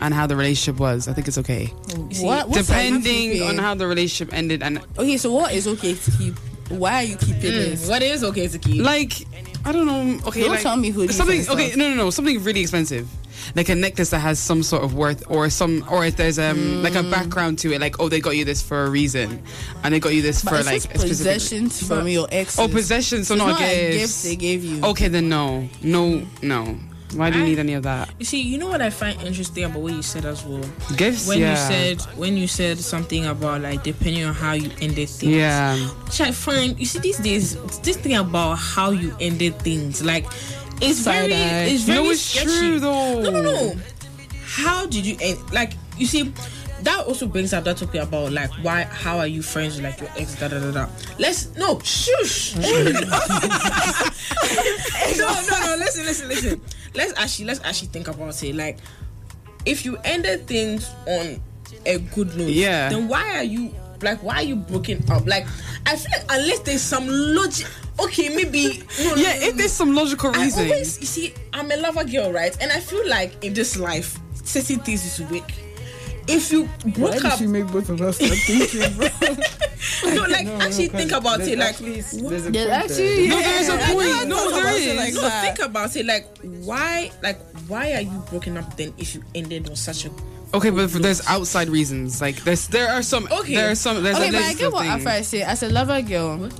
Speaker 4: and how the relationship was, I think it's okay.
Speaker 1: What- what's that
Speaker 4: Depending
Speaker 1: housekeeping?
Speaker 4: on how the relationship ended and
Speaker 1: Okay, so what is okay to keep? Why are you keeping
Speaker 4: Mm.
Speaker 1: this?
Speaker 3: Mm, what is okay to keep?
Speaker 4: like I don't know. Okay,
Speaker 1: Don't
Speaker 4: like,
Speaker 1: tell me hoodies
Speaker 4: something.
Speaker 1: and stuff.
Speaker 4: Okay, no, no, no, something really expensive, like a necklace that has some sort of worth, or some, or if there's um like
Speaker 1: Mm.
Speaker 4: a background to it, like oh they got you this for a reason, and they got you this
Speaker 1: But
Speaker 4: for
Speaker 1: it's
Speaker 4: like
Speaker 1: just
Speaker 4: a specific.
Speaker 1: possessions from your ex.
Speaker 4: Oh, possession, so
Speaker 1: It's
Speaker 4: not,
Speaker 1: not
Speaker 4: a
Speaker 1: a
Speaker 4: gift.
Speaker 1: gift they gave you.
Speaker 4: Okay, then no, no, no. Why do you
Speaker 3: I-
Speaker 4: need any of that?
Speaker 3: You see, you know what I find interesting about what you said as well.
Speaker 4: Gifts?
Speaker 3: When
Speaker 4: yeah.
Speaker 3: you said when you said something about like depending on how you ended things.
Speaker 4: yeah,
Speaker 3: Which I find you see these days it's this thing about how you ended things, like it's very
Speaker 1: Side-eye.
Speaker 3: it's very
Speaker 4: no, it's
Speaker 3: sketchy.
Speaker 4: true though.
Speaker 3: No, no, no. How did you end? Like, you see, that also brings up that topic about like why? How are you friends with like your ex? Da da da da. Let's no shush. no, no, no. Listen, listen, listen. Let's actually let's actually think about it. Like, if you ended things on a good note,
Speaker 4: Yeah.
Speaker 3: Then why are you like why are you broken up? Like, I feel like unless there's some logic. Okay, maybe no, no,
Speaker 4: Yeah,
Speaker 3: no,
Speaker 4: if
Speaker 3: no.
Speaker 4: there's some logical
Speaker 3: I
Speaker 4: reason.
Speaker 3: always, you see, I'm a lover girl, right? And I feel like in this life, certain things is weak. If you
Speaker 2: Why
Speaker 3: broke
Speaker 2: did
Speaker 3: up,
Speaker 2: she make both of us start thinking, bro?
Speaker 3: no, like
Speaker 2: No, no,
Speaker 3: actually
Speaker 2: cause
Speaker 3: think about
Speaker 2: there's
Speaker 3: it, like.
Speaker 2: actually-
Speaker 3: wha-
Speaker 2: there's a point
Speaker 1: There's
Speaker 2: there.
Speaker 1: actually
Speaker 4: No, there is a
Speaker 1: yeah, I
Speaker 4: point.
Speaker 1: never
Speaker 4: No,
Speaker 1: thought
Speaker 4: there
Speaker 1: about it
Speaker 4: is.
Speaker 1: like
Speaker 3: no,
Speaker 1: that.
Speaker 3: think about it. Like, why, like, why are you broken up then if you ended on such a
Speaker 4: Okay, but there's outside reasons. Like there's there are some.
Speaker 3: Okay.
Speaker 4: There are some. There's
Speaker 1: okay,
Speaker 4: a
Speaker 1: but I
Speaker 4: list
Speaker 1: get
Speaker 4: of
Speaker 1: what
Speaker 4: things.
Speaker 1: Afra is saying. As a lover girl,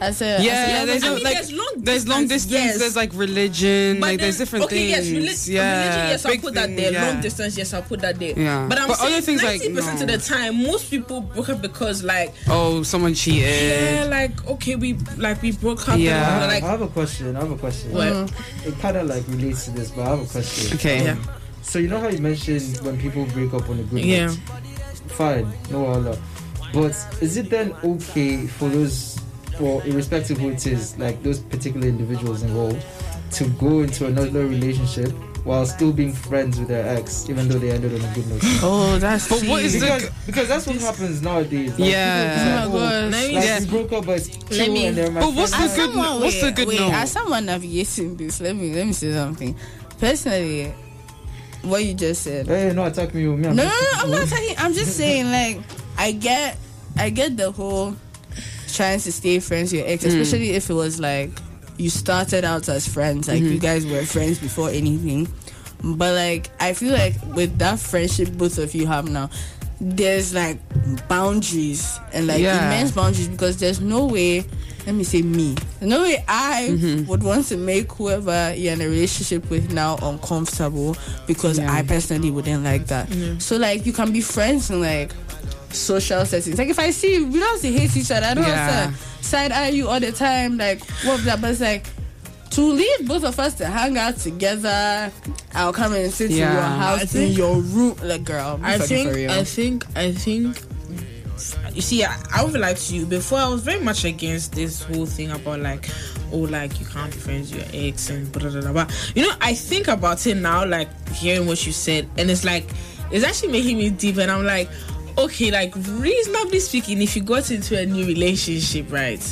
Speaker 1: as a as a
Speaker 4: Yeah,
Speaker 1: lover
Speaker 4: there's
Speaker 1: girl-
Speaker 4: no,
Speaker 3: mean,
Speaker 4: like
Speaker 3: there's long
Speaker 4: there's long
Speaker 3: distance,
Speaker 4: distance.
Speaker 3: yes.
Speaker 4: There's like religion.
Speaker 3: But
Speaker 4: like
Speaker 3: then-
Speaker 4: there's different
Speaker 3: okay,
Speaker 4: things.
Speaker 3: yes, relig-
Speaker 4: yeah,
Speaker 3: religion, yes, I'll
Speaker 4: big
Speaker 3: put that
Speaker 4: thing,
Speaker 3: there.
Speaker 4: yeah.
Speaker 3: Long distance, yes, I'll put that there.
Speaker 4: Yeah.
Speaker 3: But I'm
Speaker 4: But
Speaker 3: saying
Speaker 4: other things like,
Speaker 3: 90% of
Speaker 4: no.
Speaker 3: the time, most people broke up because, like,
Speaker 4: Oh,
Speaker 3: yeah,
Speaker 4: someone cheated.
Speaker 3: like, okay, we like we broke up.
Speaker 4: Yeah.
Speaker 2: I,
Speaker 3: And,
Speaker 2: Uh, I
Speaker 3: like,
Speaker 2: have a question. I have a question.
Speaker 3: What?
Speaker 1: mm.
Speaker 2: It kind of like relates to this, but I have a question. Um,
Speaker 4: Okay.
Speaker 3: Yeah.
Speaker 2: So you know how you mentioned when people break up on a good
Speaker 3: Yeah.
Speaker 2: note? Fine, no other. But is it then okay for those, or irrespective who it is, like those particular individuals involved, to go into another relationship while still being friends with their ex, even though they ended on a good note?
Speaker 1: Oh, that's.
Speaker 4: But what is
Speaker 1: deep.
Speaker 4: the-
Speaker 2: because, because that's what happens nowadays. Like,
Speaker 4: Yeah.
Speaker 1: Oh
Speaker 2: people-
Speaker 1: my gosh.
Speaker 2: it's like, oh,
Speaker 1: Let
Speaker 2: like,
Speaker 4: Yeah.
Speaker 2: we broke up, but it's chill
Speaker 3: me-
Speaker 2: and they're my
Speaker 4: But what's
Speaker 2: friends.
Speaker 4: the good
Speaker 1: someone-
Speaker 4: what's the good
Speaker 1: wait,
Speaker 4: note?
Speaker 1: As someone navigating this, let me let me say something. Personally, what you just said.
Speaker 2: Hey, no, attack me, oh, me. I'm
Speaker 1: No, no,
Speaker 2: just-
Speaker 1: no, I'm not talking. I'm just saying, like, I get, I get the whole trying to stay friends with your ex, especially if it was like you started out as friends, like you guys were friends before anything. But like, I feel like with that friendship both of you have now, there's like boundaries and like
Speaker 4: Yeah.
Speaker 1: immense boundaries because there's no way. Let me say me. There's No way I
Speaker 4: Mm-hmm.
Speaker 1: would want to make whoever you're in a relationship with now uncomfortable because
Speaker 4: Yeah.
Speaker 1: I personally wouldn't like that. So like you can be friends and like social settings. Like if I see you, we don't have to hate each other. I don't
Speaker 4: Yeah.
Speaker 1: have to side eye you all the time. Like what blah but it's like to leave both of us to hang out together. I'll come and sit in your
Speaker 4: Yeah.
Speaker 1: house
Speaker 3: I
Speaker 1: in
Speaker 3: think-
Speaker 1: your room, like girl.
Speaker 3: I
Speaker 1: fucking
Speaker 3: think,
Speaker 1: for real.
Speaker 3: I think, I think. You see, I, I would like to you before. I was very much against this whole thing about like, oh, like you can't be friends with your ex and blah blah blah. But you know, I think about it now, like hearing what you said, and it's like it's actually making me deep. And I'm like, okay, like reasonably speaking, if you got into a new relationship, right,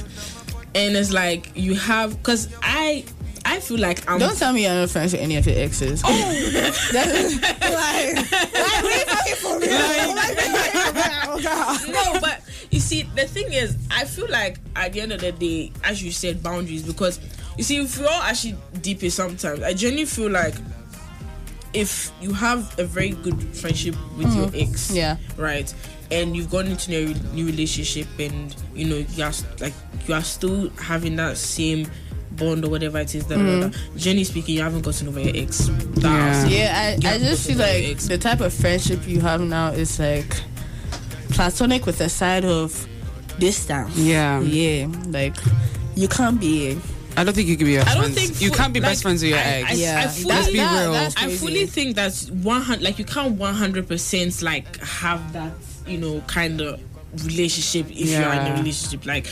Speaker 3: and it's like you have, because I, I feel like I'm.
Speaker 1: don't tell me you're not friends with any of your exes.
Speaker 3: Oh.
Speaker 1: That's- like, like, we fucking for real. Oh Like, we fucking for real, girl.
Speaker 3: no, but you see, the thing is, I feel like at the end of the day, as you said, boundaries. Because you see, if we're all actually deep in sometimes, I genuinely feel like if you have a very good friendship with your ex,
Speaker 1: Yeah.
Speaker 3: right, and you've gone into a re- new relationship, and you know you are s- like you are still having that same bond or whatever it is that, generally speaking, you haven't gotten over your ex. That
Speaker 4: Yeah.
Speaker 1: Yeah, I, I
Speaker 3: have
Speaker 1: just
Speaker 3: to
Speaker 1: feel
Speaker 3: go to
Speaker 1: like
Speaker 3: ex.
Speaker 1: the type of friendship you have now is like platonic with a side of distance.
Speaker 4: Yeah.
Speaker 1: Yeah. Like you can't be
Speaker 4: I don't think you can be. Best
Speaker 3: I don't
Speaker 4: friends.
Speaker 3: think
Speaker 4: you
Speaker 3: fu-
Speaker 4: can't be best
Speaker 3: like,
Speaker 4: friends with your
Speaker 3: I-
Speaker 4: ex.
Speaker 3: I-
Speaker 1: yeah.
Speaker 3: fully-
Speaker 4: Let's be real.
Speaker 1: that's
Speaker 3: I
Speaker 1: crazy.
Speaker 3: fully think that's one hundred. Like you can't one hundred percent like have that you know kind of relationship if you're in
Speaker 4: Yeah.
Speaker 3: a relationship. Like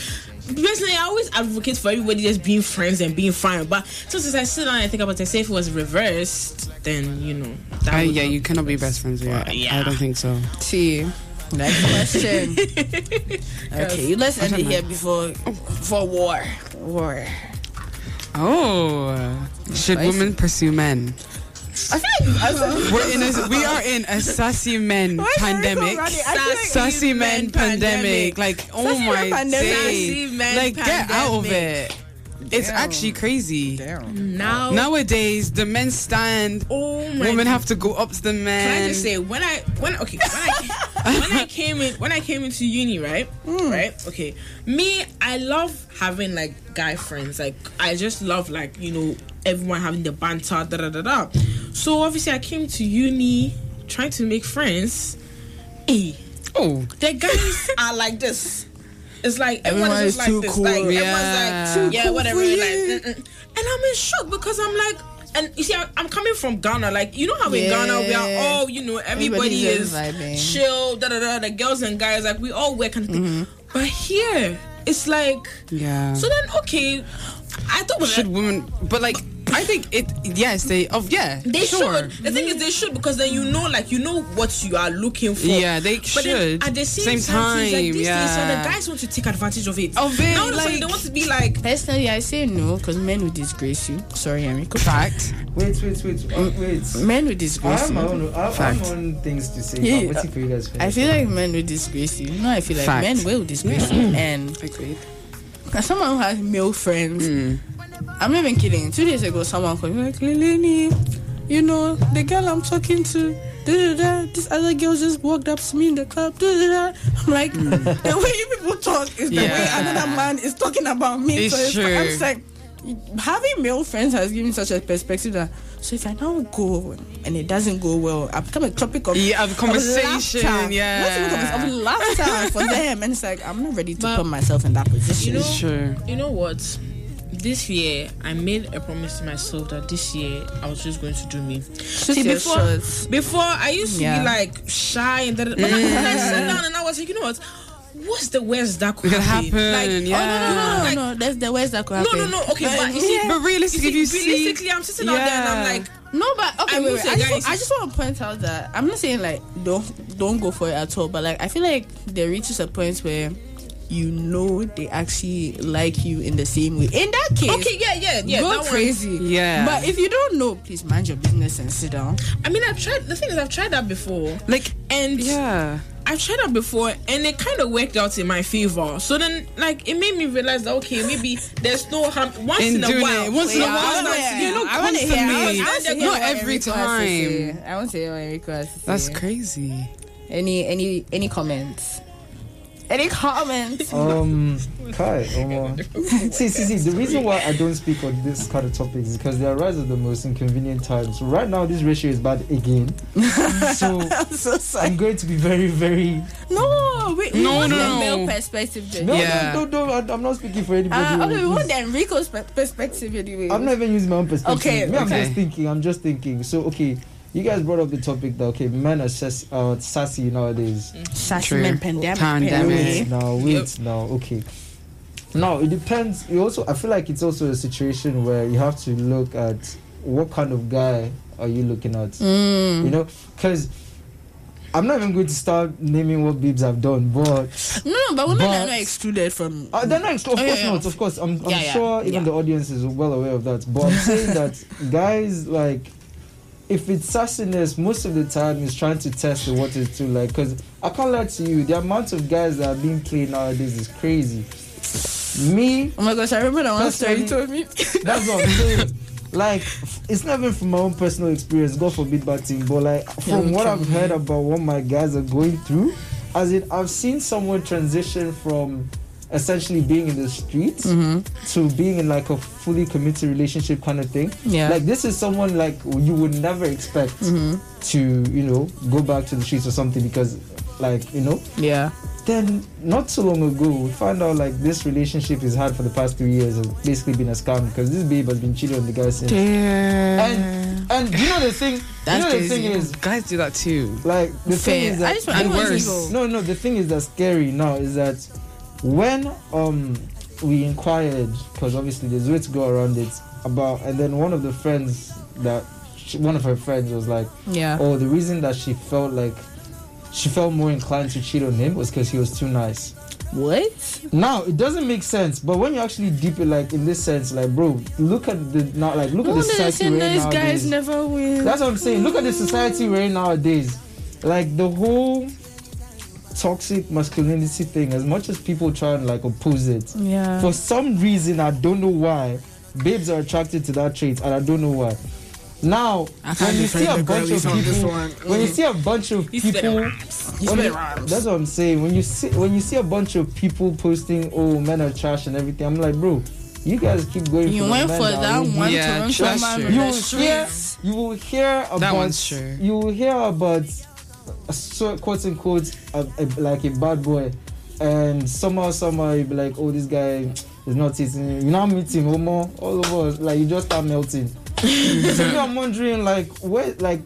Speaker 3: personally, I always advocate for everybody just being friends and being fine. But sometimes I sit down and I think about it. Say if it was reversed, then you know. That
Speaker 4: I-
Speaker 3: would
Speaker 4: Oh, yeah,
Speaker 3: not-
Speaker 4: you cannot be best friends with your ex.
Speaker 3: Yeah.
Speaker 4: I don't think so.
Speaker 1: tea. Next question. okay, let's end it here before for war. War.
Speaker 4: Oh, should
Speaker 1: Spicy.
Speaker 4: women pursue men?
Speaker 1: I feel like I feel like-
Speaker 4: We're in a we are in a sassy men
Speaker 1: Why is everyone
Speaker 4: pandemic.
Speaker 1: running? I feel like-
Speaker 4: Sassy men
Speaker 3: men
Speaker 4: pandemic.
Speaker 3: pandemic.
Speaker 4: Like oh
Speaker 1: Sassy
Speaker 4: my
Speaker 1: men pandemic.
Speaker 4: day.
Speaker 3: Sassy men
Speaker 4: Like get out of
Speaker 3: pandemic.
Speaker 4: it. It's actually crazy.
Speaker 1: Damn.
Speaker 3: now.
Speaker 4: Nowadays, the men stand.
Speaker 3: oh my
Speaker 4: Women have to go up to the men.
Speaker 3: Can I just say when I when okay when I, when I came in when I came into uni right right okay me I love having like guy friends like I just love like you know everyone having the banter da da da da so obviously I came to uni trying to make friends eh
Speaker 4: oh,
Speaker 3: the guys are like this. It's like everyone
Speaker 1: Everyone is
Speaker 3: is just like
Speaker 1: too
Speaker 3: this.
Speaker 1: cool.
Speaker 3: Like everyone's
Speaker 4: Yeah.
Speaker 3: like
Speaker 4: Too
Speaker 3: yeah,
Speaker 1: cool
Speaker 3: whatever.
Speaker 1: for
Speaker 3: Like,
Speaker 1: you.
Speaker 3: mm-mm. and I'm in shock because I'm like, and you see, I, I'm coming from Ghana. Like you know how in Ghana we are
Speaker 1: Yeah.
Speaker 3: all you know everybody
Speaker 1: Everybody's
Speaker 3: is
Speaker 1: just vibing. Mm-hmm.
Speaker 3: chill, da da da. The girls and guys like we all work and thing. But here it's like
Speaker 4: yeah.
Speaker 3: so then okay. I thought was
Speaker 4: should women? But like, I think it. Yes, they. Oh, yeah.
Speaker 3: they
Speaker 4: sure.
Speaker 3: should. The thing is, they should because then you know, like you know what you are looking for.
Speaker 4: Yeah, they
Speaker 3: But then
Speaker 4: should.
Speaker 3: at the same,
Speaker 4: Same
Speaker 3: time, it's like
Speaker 4: time,
Speaker 3: these days, so
Speaker 4: yeah.
Speaker 3: the guys want to take advantage of it.
Speaker 4: Of it,
Speaker 3: now all of a sudden
Speaker 4: like-
Speaker 3: they want to be like,
Speaker 1: Personally, I say no because men will disgrace you. Sorry, Amiko.
Speaker 4: Fact.
Speaker 2: Wait, wait, wait, wait. wait.
Speaker 1: Men will
Speaker 2: I
Speaker 1: disgrace
Speaker 2: have my
Speaker 1: you.
Speaker 2: own, I have I have
Speaker 4: Fact.
Speaker 2: my own things to say.
Speaker 1: Yeah,
Speaker 2: I'm waiting for you guys. to
Speaker 1: I
Speaker 2: finish.
Speaker 1: feel like men will disgrace you. No, I feel like
Speaker 4: Fact.
Speaker 1: men will disgrace you. And
Speaker 4: Agreed.
Speaker 1: as someone who has male friends,
Speaker 4: Mm.
Speaker 1: I'm not even kidding. Two days ago, someone called me like, Lilini, you know, the girl I'm talking to, da, da, da, this other girl just walked up to me in the club. Da, da, da. I'm like, the way you people talk is the
Speaker 4: Mm. Yeah.
Speaker 1: way another man is talking about me.
Speaker 4: It's
Speaker 1: so it's I'm
Speaker 4: true.
Speaker 1: just like, having male friends has given me such a perspective that. So if I now go and it doesn't go well, I become a topic of
Speaker 4: Yeah, of conversation,
Speaker 1: laughter.
Speaker 4: yeah.
Speaker 1: Not even conversation, of laughter for them, and it's like I'm not ready to
Speaker 3: But-
Speaker 1: put myself in that position.
Speaker 3: You know-
Speaker 4: Sure.
Speaker 3: You know what? This year, I made a promise to myself that this year I was just going to do me.
Speaker 1: Shoot your
Speaker 3: before,
Speaker 1: shots.
Speaker 3: before I used to
Speaker 1: Yeah.
Speaker 3: be like shy and that, but like, when I sat down and I was like, you know what? What's the worst that could
Speaker 4: It could
Speaker 3: happen?
Speaker 4: happen,
Speaker 3: Like,
Speaker 4: yeah.
Speaker 3: oh, no, no, no, no, like,
Speaker 1: no, that's the worst that could
Speaker 3: no, no, no. Okay, but, you see,
Speaker 4: But realistically, if
Speaker 3: you
Speaker 4: you
Speaker 3: see,
Speaker 4: see,
Speaker 3: realistically, I'm sitting out there and
Speaker 4: Yeah.
Speaker 3: I'm like,
Speaker 1: No, but okay,
Speaker 3: I
Speaker 1: wait,
Speaker 3: will
Speaker 1: wait.
Speaker 3: say,
Speaker 1: I, just,
Speaker 3: guys,
Speaker 1: want- I just want to point out that I'm not saying like don't don't go for it at all, but like I feel like there reaches a point where you know they actually like you in the same way. In that case,
Speaker 3: okay, yeah, yeah, yeah. that
Speaker 1: go
Speaker 3: one.
Speaker 1: crazy.
Speaker 4: Yeah.
Speaker 1: But if you don't know, please mind your business and sit down.
Speaker 3: I mean, I've tried. The thing is, I've tried that before,
Speaker 4: like,
Speaker 3: and
Speaker 4: yeah,
Speaker 3: I've tried that before, and it kind of worked out in my favor. So then, like, it made me realize that okay, maybe there's no harm. Once
Speaker 4: In
Speaker 3: in, a
Speaker 4: doing
Speaker 3: while,
Speaker 4: it. Once in
Speaker 1: a
Speaker 3: Yeah,
Speaker 1: while,
Speaker 3: once
Speaker 1: yeah.
Speaker 3: in a
Speaker 4: You know,
Speaker 1: I wanna hear- I wanna- I wanna
Speaker 4: constantly.
Speaker 1: hear
Speaker 4: Not
Speaker 1: what
Speaker 4: every
Speaker 1: Enrico has to
Speaker 4: time.
Speaker 1: say. I want to hear what Enrico has to say.
Speaker 4: that's crazy.
Speaker 1: Any any any comments? Any comments?
Speaker 2: Um, Kai, Omo. see, see, see. The reason why I don't speak on this kind of topic is because they arise at the most inconvenient times. Right now, this ratio is bad again. so
Speaker 1: I'm so sorry.
Speaker 2: I'm going to be very, very.
Speaker 1: No, we, we
Speaker 4: No,
Speaker 1: want
Speaker 4: no,
Speaker 1: the
Speaker 4: no.
Speaker 1: male perspective. Jay.
Speaker 2: No,
Speaker 4: Yeah.
Speaker 2: no, no, no. I- I'm not speaking for anybody.
Speaker 1: Uh, okay, we
Speaker 2: please.
Speaker 1: want the Enrico's per- perspective anyway.
Speaker 2: I'm not even using my own perspective.
Speaker 1: Okay,
Speaker 2: Me, I'm
Speaker 4: okay.
Speaker 2: just thinking. I'm just thinking. So, okay, you guys brought up the topic that okay, men are sass- uh, sassy nowadays.
Speaker 1: Sassy
Speaker 4: True.
Speaker 1: men pandemic.
Speaker 4: Pandemic.
Speaker 1: period.
Speaker 2: Wait now, wait now. Okay. Now it depends. You also, I feel like it's also a situation where you have to look at what kind of guy are you looking at.
Speaker 1: Mm-hmm. Mm.
Speaker 2: You know, because I'm not even going to start naming what babes I've done, but
Speaker 1: No, no, but women are
Speaker 2: But-
Speaker 1: not excluded from.
Speaker 2: uh, they're not. Of course
Speaker 1: Mm. Oh, yeah, yeah.
Speaker 2: not. Of course, I'm, I'm
Speaker 1: Yeah, yeah,
Speaker 2: sure even
Speaker 1: yeah.
Speaker 2: the audience is well aware of that. But I'm saying that guys like. If it's sassiness, most of the time is trying to test the waters too. Like, cause I can't lie to you, the amount of guys that are being played nowadays is crazy. Me,
Speaker 1: oh my gosh, I remember that one
Speaker 2: That's
Speaker 1: story you
Speaker 2: funny.
Speaker 1: told me.
Speaker 2: that's what I'm saying. Like, f- it's not even from my own personal experience. God forbid bad thing, but like from
Speaker 1: I'm
Speaker 2: what
Speaker 1: trying.
Speaker 2: I've heard about what my guys are going through, as in I've seen someone transition from essentially being in the streets to being in like a fully committed relationship kind of thing.
Speaker 1: Yeah.
Speaker 2: Like this is someone like you would never expect to, you know, go back to the streets or something because like, you know.
Speaker 1: yeah.
Speaker 2: Then not so long ago we found out like this relationship is hard for the past three years has basically been a scam because this babe has been cheating on the guy since
Speaker 4: Yeah,
Speaker 2: and and you know the thing you
Speaker 1: That's
Speaker 2: know the thing
Speaker 1: crazy.
Speaker 2: is
Speaker 4: guys do that too.
Speaker 2: like the thing
Speaker 1: Fair.
Speaker 2: is that
Speaker 1: I just want
Speaker 4: And
Speaker 1: everyone
Speaker 4: worse.
Speaker 1: to go.
Speaker 2: no, no. The thing is that's scary now is that when um we inquired, because obviously there's way to go around it about, and then one of the friends that she, one of her friends was like,
Speaker 1: Yeah.
Speaker 2: oh, the reason that she felt like she felt more inclined to cheat on him was because he was too nice.
Speaker 1: What?
Speaker 2: Now it doesn't make sense, but when you actually deep it, like in this sense, like bro, look at the now, like look
Speaker 1: No
Speaker 2: at
Speaker 1: wonder
Speaker 2: the
Speaker 1: they
Speaker 2: society
Speaker 1: say
Speaker 2: we're in
Speaker 1: nice guys
Speaker 2: nowadays.
Speaker 1: never win.
Speaker 2: That's what I'm saying. Look at the society we're in nowadays. Like the whole toxic masculinity thing, as much as people try and like oppose it,
Speaker 1: yeah.
Speaker 2: for some reason I don't know why, babes are attracted to that trait and I don't know why. Now
Speaker 1: I can't
Speaker 2: when you see
Speaker 1: defend the
Speaker 2: a bunch of
Speaker 1: girlies on this
Speaker 2: people
Speaker 1: one.
Speaker 2: when you see a bunch of
Speaker 3: He's better
Speaker 2: people when you- that's what I'm saying. When you see when you see a bunch of people posting, oh men are trash and everything, I'm like, bro, you guys keep going
Speaker 1: You
Speaker 2: for the
Speaker 1: went
Speaker 2: men
Speaker 1: for
Speaker 2: are
Speaker 1: that
Speaker 2: really
Speaker 1: one
Speaker 4: Yeah,
Speaker 1: Toronto
Speaker 4: trash
Speaker 1: man
Speaker 4: you.
Speaker 1: on
Speaker 2: you
Speaker 1: the
Speaker 2: will hear
Speaker 1: streets.
Speaker 2: you will hear about
Speaker 4: one's true.
Speaker 2: you will hear about a so quote unquote a, a, like a bad boy and somehow somehow you'll be like oh this guy is not eating you now meet him Omo all over us like you just start melting so now I'm wondering like where like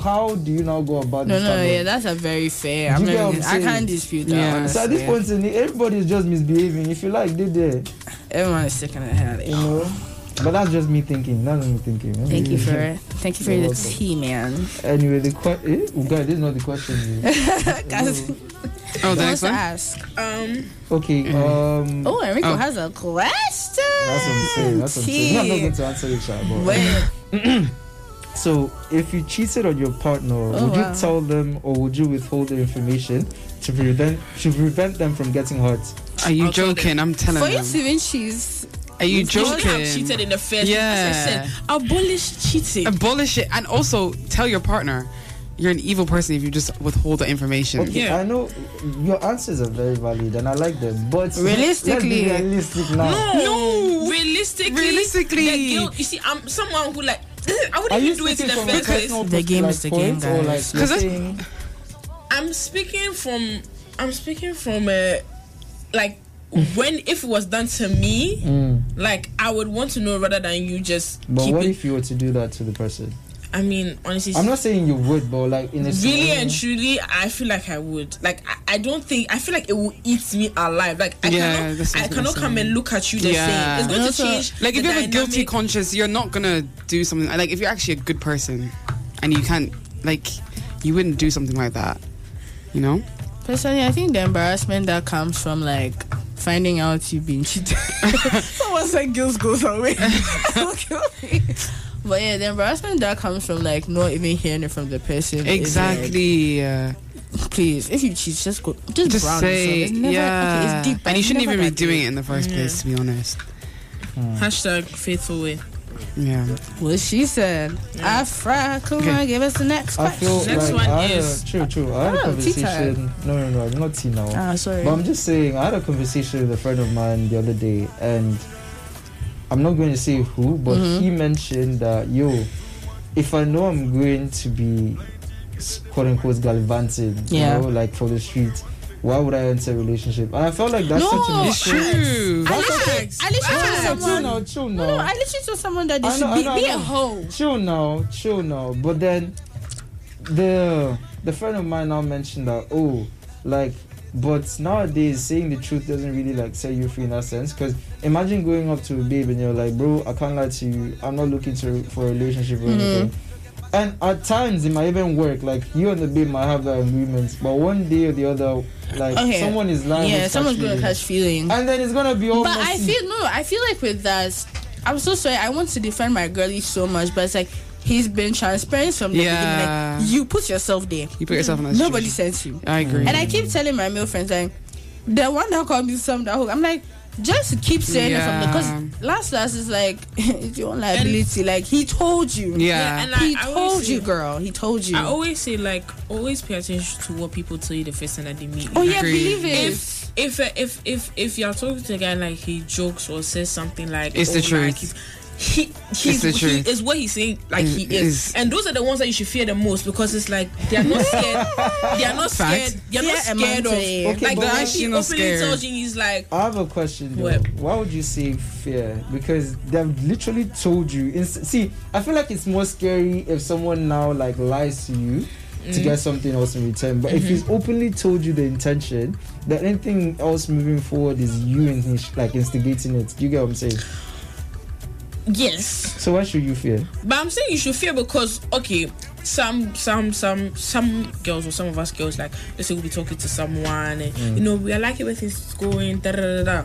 Speaker 2: how do you now go about
Speaker 1: No,
Speaker 2: this
Speaker 1: no,
Speaker 2: kind of-
Speaker 1: yeah, that's a very fair. I,
Speaker 2: You get what
Speaker 1: mean,
Speaker 2: I'm
Speaker 1: I
Speaker 2: saying?
Speaker 1: can't dispute that.
Speaker 4: Yeah.
Speaker 1: one.
Speaker 2: so at this
Speaker 4: yeah.
Speaker 2: point in the, everybody's just misbehaving if you like they there
Speaker 1: Everyone is sick in the head.
Speaker 2: you know but that's just me thinking that's me thinking
Speaker 1: Thank you for thank you for
Speaker 2: You're
Speaker 1: the
Speaker 2: welcome.
Speaker 1: tea, man.
Speaker 2: anyway the question eh? oh, God, this is not the question eh?
Speaker 1: Guys, who
Speaker 4: Oh, the
Speaker 1: wants
Speaker 4: next
Speaker 1: to
Speaker 4: one.
Speaker 1: ask?
Speaker 3: Um,
Speaker 2: Okay, um.
Speaker 1: Oh, Enrico
Speaker 4: Oh.
Speaker 1: has a question.
Speaker 2: That's what I'm saying. That's what I'm saying. No, I'm not going
Speaker 1: Tea.
Speaker 2: to answer this, Sha, but-
Speaker 1: Wait.
Speaker 2: So, if you cheated on your partner,
Speaker 1: Oh,
Speaker 2: would you
Speaker 1: wow.
Speaker 2: tell them or would you withhold the information to prevent to prevent them from getting hurt?
Speaker 4: Are you
Speaker 3: I'll tell them.
Speaker 4: joking? I'm telling
Speaker 1: For you
Speaker 4: them.
Speaker 1: to even cheese,
Speaker 4: Are you
Speaker 3: You shouldn't
Speaker 4: joking?
Speaker 3: have cheated in the first place.
Speaker 4: Yeah.
Speaker 3: As I said, abolish cheating.
Speaker 4: Abolish it, and also tell your partner you're an evil person if you just withhold the information.
Speaker 2: Okay,
Speaker 3: Yeah.
Speaker 2: I know your answers are very valid and I like them, but
Speaker 1: Realistically-
Speaker 2: let's be realistic now.
Speaker 3: No, realistically,
Speaker 4: Realistically.
Speaker 3: the guilt. You see, I'm someone who like I
Speaker 2: Are
Speaker 3: wouldn't
Speaker 2: you
Speaker 3: even do it in
Speaker 2: speaking
Speaker 3: the
Speaker 2: from
Speaker 3: first place.
Speaker 2: personal
Speaker 1: The game
Speaker 2: like
Speaker 1: is the game,
Speaker 2: point or like
Speaker 1: guys.
Speaker 2: you're
Speaker 4: Because that's-
Speaker 2: saying-
Speaker 3: I'm speaking from I'm speaking from uh, like when if it was done to me,
Speaker 2: Mm.
Speaker 3: like I would want to know rather than you just
Speaker 2: But
Speaker 3: keep
Speaker 2: what
Speaker 3: it.
Speaker 2: if you were to do that to the person?
Speaker 3: I mean, honestly,
Speaker 2: I'm not saying you would, but like in a
Speaker 3: really
Speaker 2: scenario-
Speaker 3: and truly, I feel like I would. Like I, I don't think I feel like it will eat me alive. Like I
Speaker 4: Yeah,
Speaker 3: cannot, I
Speaker 4: that's what I was
Speaker 3: cannot
Speaker 4: gonna
Speaker 3: come
Speaker 4: say.
Speaker 3: and look at you the
Speaker 4: Yeah.
Speaker 3: same. It's going
Speaker 1: And
Speaker 3: to
Speaker 1: also,
Speaker 3: change.
Speaker 4: Like, if
Speaker 3: the
Speaker 4: you have a guilty
Speaker 3: dynamic.
Speaker 4: conscience, you're not gonna do something. Like, if you're actually a good person, and you can't, like, you wouldn't do something like that. You know?
Speaker 1: Personally, I think the embarrassment that comes from like finding out you've been cheated. so once that guilt goes away, it'll kill me. but yeah, the embarrassment that comes from like not even hearing it from the person. is, like,
Speaker 4: Exactly. uh,
Speaker 1: please, if you cheat, just go, just,
Speaker 4: just
Speaker 1: brown
Speaker 4: say,
Speaker 1: yourself. It's never,
Speaker 4: yeah.
Speaker 1: okay, it's deep, but
Speaker 4: and you
Speaker 1: it's
Speaker 4: shouldn't
Speaker 1: never
Speaker 4: even be
Speaker 1: that deep.
Speaker 4: doing it in the first place, to be honest.
Speaker 3: Hashtag faithful way.
Speaker 4: Yeah.
Speaker 1: Well, she said, Afra, come
Speaker 4: Okay.
Speaker 1: on, give us the next
Speaker 2: I
Speaker 1: question.
Speaker 2: feel
Speaker 3: Next
Speaker 2: like
Speaker 3: one
Speaker 2: I had
Speaker 3: is-
Speaker 2: a, true, true. I had a
Speaker 1: Oh, tea time.
Speaker 2: conversation. No, no, no, I'm not tea now.
Speaker 1: Ah, sorry.
Speaker 2: But I'm just saying, I had a conversation with a friend of mine the other day, and I'm not going to say who, but
Speaker 1: Mm-hmm.
Speaker 2: he mentioned that yo, if I know I'm going to be s- quote unquote gallivanted,
Speaker 1: Yeah.
Speaker 2: you know, like for the street, why would I enter a relationship? And I felt like that's such a
Speaker 1: No,
Speaker 4: It's
Speaker 2: mis-
Speaker 4: true.
Speaker 1: I literally,
Speaker 3: Facts.
Speaker 1: I literally
Speaker 2: Ah,
Speaker 1: told
Speaker 2: chill
Speaker 1: someone.
Speaker 2: now, chill
Speaker 1: No, no,
Speaker 2: now,
Speaker 1: I literally told someone that they
Speaker 2: I
Speaker 1: should
Speaker 2: know, I
Speaker 1: be,
Speaker 2: know, I
Speaker 1: be a
Speaker 2: know.
Speaker 1: hoe.
Speaker 2: chill now, chill now. But then the the friend of mine now mentioned that oh, like. But nowadays, saying the truth doesn't really like set you free in that sense. Because imagine going up to a babe and you're like, "Bro, I can't lie to you. I'm not looking to for a relationship
Speaker 1: Mm-hmm.
Speaker 2: or anything." And at times, it might even work. Like you and the babe might have that agreement, but one day or the other, like
Speaker 1: Okay.
Speaker 2: someone is lying.
Speaker 1: Yeah,
Speaker 2: with
Speaker 1: someone's gonna
Speaker 2: feelings.
Speaker 1: catch feelings.
Speaker 2: And then it's gonna be all.
Speaker 1: But I
Speaker 2: messy.
Speaker 1: feel no, I feel like with that, I'm so sorry. I want to defend my girlie so much, but it's like he's been transparent from the
Speaker 4: Yeah.
Speaker 1: beginning. Like you put yourself there.
Speaker 4: You put yourself in that
Speaker 1: Nobody
Speaker 4: situation.
Speaker 1: sent you.
Speaker 4: I agree.
Speaker 1: And I keep telling my male friends like, the one that called me some that hook. I'm like, just keep saying it from
Speaker 4: Yeah.
Speaker 1: the because last last is like it's your own liability. like he told you.
Speaker 4: yeah.
Speaker 3: and
Speaker 1: He
Speaker 3: I- I always
Speaker 1: told you,
Speaker 3: say-
Speaker 1: girl. He told you.
Speaker 3: I always say like always pay attention to what people tell you the first time that they meet. you.
Speaker 1: oh yeah,
Speaker 4: Agree.
Speaker 1: believe it.
Speaker 3: if if if if if you're talking to a guy like he jokes or says something like
Speaker 4: It's the
Speaker 3: oh,
Speaker 4: truth.
Speaker 3: like, he's- he he's,
Speaker 4: the
Speaker 3: he
Speaker 4: truth.
Speaker 3: is what he's saying like he
Speaker 4: It
Speaker 3: is.
Speaker 4: is.
Speaker 3: and those are the ones that you should fear the most because it's like they are not scared they are not
Speaker 4: Fact.
Speaker 3: scared they are not
Speaker 1: Yeah, a
Speaker 3: scared of
Speaker 1: mountain.
Speaker 2: Okay, but
Speaker 3: like when
Speaker 2: why-
Speaker 3: he
Speaker 4: She's
Speaker 3: openly
Speaker 4: not scared.
Speaker 3: tells you he's like
Speaker 2: I have a question. Though.
Speaker 3: What?
Speaker 2: Why would you say fear? Because they've literally told you. ins- See, I feel like it's more scary if someone now like lies to you to
Speaker 3: Mm.
Speaker 2: get something else in return. But
Speaker 3: Mm-hmm.
Speaker 2: if he's openly told you the intention, then anything else moving forward is you and like instigating it. Do you get what I'm saying?
Speaker 3: "Mm, yes
Speaker 2: So why should you fear?
Speaker 3: But I'm saying you should fear because okay, some some some some girls or some of us girls like let's say we'll be talking to someone and you know we are liking where things is going da da da da.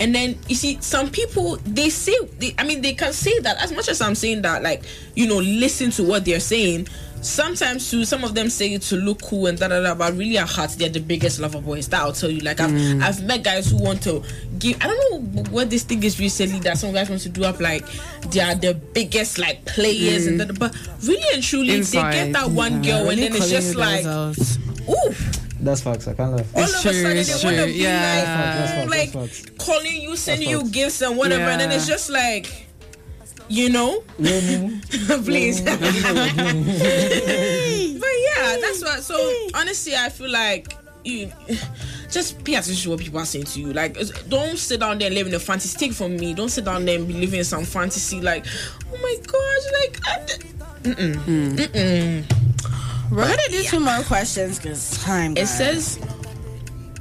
Speaker 3: And then you see some people they say they, I mean they can say that as much as I'm saying that like you know listen to what they're saying. Sometimes too, some of them say it to look cool and da da da, but really at heart they're the biggest lover boys. That I'll tell you. Like I've
Speaker 4: Mm.
Speaker 3: I've met guys who want to give. I don't know what this thing is recently that some guys want to do up like they are the biggest like players and da da. But really and truly,
Speaker 4: Mm. Inside,
Speaker 3: they get that one girl and
Speaker 1: Really
Speaker 3: then it's
Speaker 1: calling
Speaker 3: just
Speaker 1: you guys
Speaker 3: like
Speaker 1: out.
Speaker 3: ooh.
Speaker 2: That's facts. I can't laugh.
Speaker 3: All
Speaker 4: It's
Speaker 3: of
Speaker 4: true,
Speaker 3: a
Speaker 4: it's
Speaker 3: sudden they want
Speaker 4: true,
Speaker 3: to be
Speaker 4: yeah.
Speaker 2: That's facts, that's
Speaker 3: like,
Speaker 2: facts,
Speaker 3: like
Speaker 2: that's
Speaker 3: calling you, sending you
Speaker 2: facts.
Speaker 3: gifts and whatever, and then
Speaker 4: Yeah.
Speaker 3: it's just like, you know.
Speaker 2: Learning.
Speaker 3: please. but yeah, that's what. So honestly, I feel like you just pay attention to what people are saying to you. Like, it's- don't sit down there and live in a fantasy. Take it from me, don't sit down there and be living in some fantasy. Like, oh my gosh, like. I d- Mm-mm. Mm-mm.
Speaker 1: We're gonna do two more questions because time.
Speaker 3: It
Speaker 1: guys.
Speaker 3: says,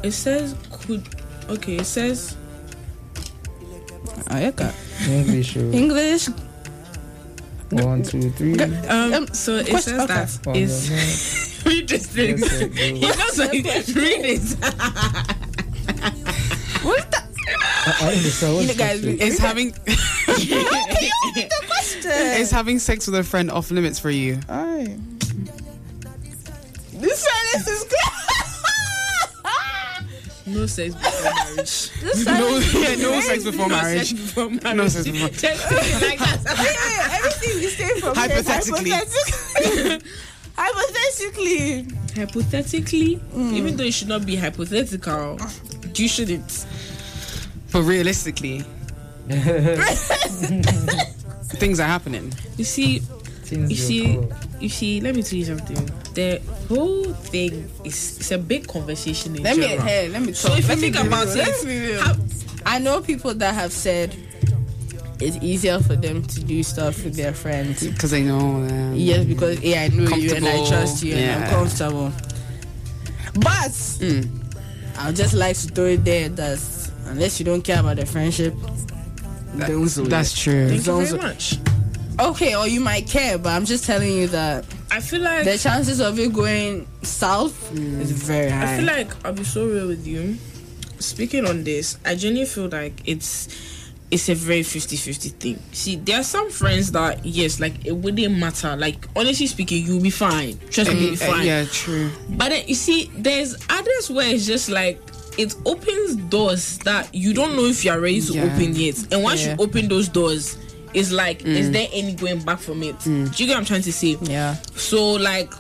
Speaker 3: it says, could okay. It says,
Speaker 1: Oh, yeah, God.
Speaker 2: English. oh.
Speaker 1: English.
Speaker 2: One, two, three.
Speaker 3: um,
Speaker 1: Um,
Speaker 3: so it
Speaker 1: question-
Speaker 3: says
Speaker 1: okay.
Speaker 3: that
Speaker 2: One,
Speaker 3: it's
Speaker 2: one,
Speaker 3: read this thing.
Speaker 2: Yes, I do.
Speaker 3: He knows what he- read it.
Speaker 1: What's the
Speaker 2: I I understand. What's
Speaker 1: You guys-
Speaker 2: the-
Speaker 4: Is having
Speaker 1: question?
Speaker 4: is having sex with a friend off limits for you?
Speaker 1: Aye. This silence is good.
Speaker 3: No sex before marriage.
Speaker 1: This
Speaker 4: No,
Speaker 1: time-
Speaker 4: yeah, no sex before
Speaker 3: No
Speaker 4: marriage.
Speaker 3: sex before marriage.
Speaker 4: No sex before-
Speaker 3: Just say it like that.
Speaker 1: Wait, wait, everything you say from here is
Speaker 4: Hypothetically.
Speaker 1: hypothetical- hypothetically.
Speaker 3: Hypothetically, even though it should not be hypothetical, you shouldn't.
Speaker 4: But realistically, things are happening.
Speaker 3: You see,
Speaker 2: Things
Speaker 3: you
Speaker 2: will
Speaker 3: see,
Speaker 2: go.
Speaker 3: you see. Let me tell you something. The whole thing is it's a big conversation in
Speaker 1: Let me,
Speaker 3: general.
Speaker 1: hey, let me talk.
Speaker 3: So if you
Speaker 1: Let me
Speaker 3: think
Speaker 1: be
Speaker 3: about
Speaker 1: real.
Speaker 3: it,
Speaker 1: Let me be real.
Speaker 3: how-
Speaker 1: I know people that have said it's easier for them to do stuff with their friends.
Speaker 4: Because I know. Um,
Speaker 1: Yes, because hey, I know you and I
Speaker 4: Comfortable,
Speaker 1: trust you and I'm
Speaker 4: yeah.
Speaker 1: comfortable. But
Speaker 4: Mm.
Speaker 1: I'd just like to throw it there that unless you don't care about the friendship,
Speaker 4: That-
Speaker 1: don't do
Speaker 4: that's true.
Speaker 3: Thank you
Speaker 1: Zones-
Speaker 3: very much.
Speaker 1: it. Okay, or you might care, but I'm just telling you that
Speaker 3: I feel like
Speaker 1: the chances of it going south is very high.
Speaker 3: I feel like I'll be so real with you. Speaking on this, I genuinely feel like it's it's a very 50-50 thing. See, there are some friends that yes, like it wouldn't matter. Like honestly speaking, you'll be fine. Trust me, you'll be
Speaker 4: Uh,
Speaker 3: fine.
Speaker 4: yeah, true.
Speaker 3: But then you see, there's others where it's just like it opens doors that you don't know if you're ready to
Speaker 4: Yeah.
Speaker 3: open yet. And once
Speaker 1: Yeah.
Speaker 3: you open those doors, it's like is there any going back from it? Do you get what I'm trying to say?
Speaker 1: yeah.
Speaker 3: So like,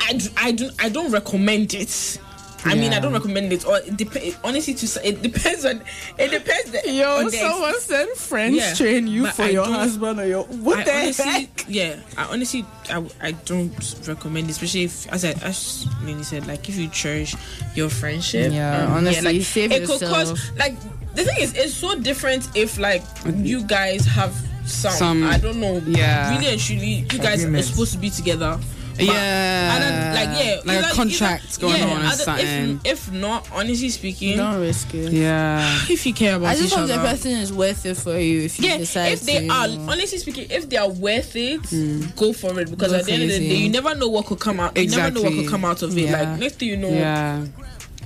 Speaker 3: I do, I do I don't recommend it. I mean, I
Speaker 4: Yeah.
Speaker 3: don't recommend it. Or it depends. Honestly, to say- it depends on it depends. The, on the ex-
Speaker 1: said friends
Speaker 3: Yeah, train you but for I your don't-
Speaker 1: husband or your what
Speaker 3: I honestly, yeah, I honestly, I, w- I don't recommend, especially if, as I, as Minnie said, like if you cherish your friendship,
Speaker 1: Yeah, honestly, save
Speaker 3: it could
Speaker 1: yourself. Mm-hmm.
Speaker 3: cause, like the thing is, it's so different if like you guys have some,
Speaker 4: Some-
Speaker 3: I don't know,
Speaker 4: yeah.
Speaker 3: really and truly, you guys
Speaker 2: Agreements.
Speaker 3: are supposed to be together, but
Speaker 4: Yeah.
Speaker 3: other- like yeah,
Speaker 4: Uh, Like a
Speaker 3: either-
Speaker 4: contract
Speaker 3: either-
Speaker 4: going
Speaker 3: yeah,
Speaker 4: on or
Speaker 3: other- if-
Speaker 4: something.
Speaker 3: If, not, honestly speaking,
Speaker 1: Don't risk it.
Speaker 4: Yeah.
Speaker 3: if you care about
Speaker 1: I just
Speaker 3: each
Speaker 1: hope the
Speaker 3: other,
Speaker 1: person is worth it for you if you
Speaker 3: yeah,
Speaker 1: decide
Speaker 3: if they
Speaker 1: to. Hmm.
Speaker 3: are honestly speaking, if they are worth it, go for it because
Speaker 1: Go
Speaker 3: at the end
Speaker 1: for
Speaker 3: of the
Speaker 1: it,
Speaker 3: day,
Speaker 1: yeah.
Speaker 3: you never know what could come out. You never know what
Speaker 4: Exactly.
Speaker 3: could come out of it.
Speaker 1: Yeah.
Speaker 3: Like next thing you know,
Speaker 4: Yeah.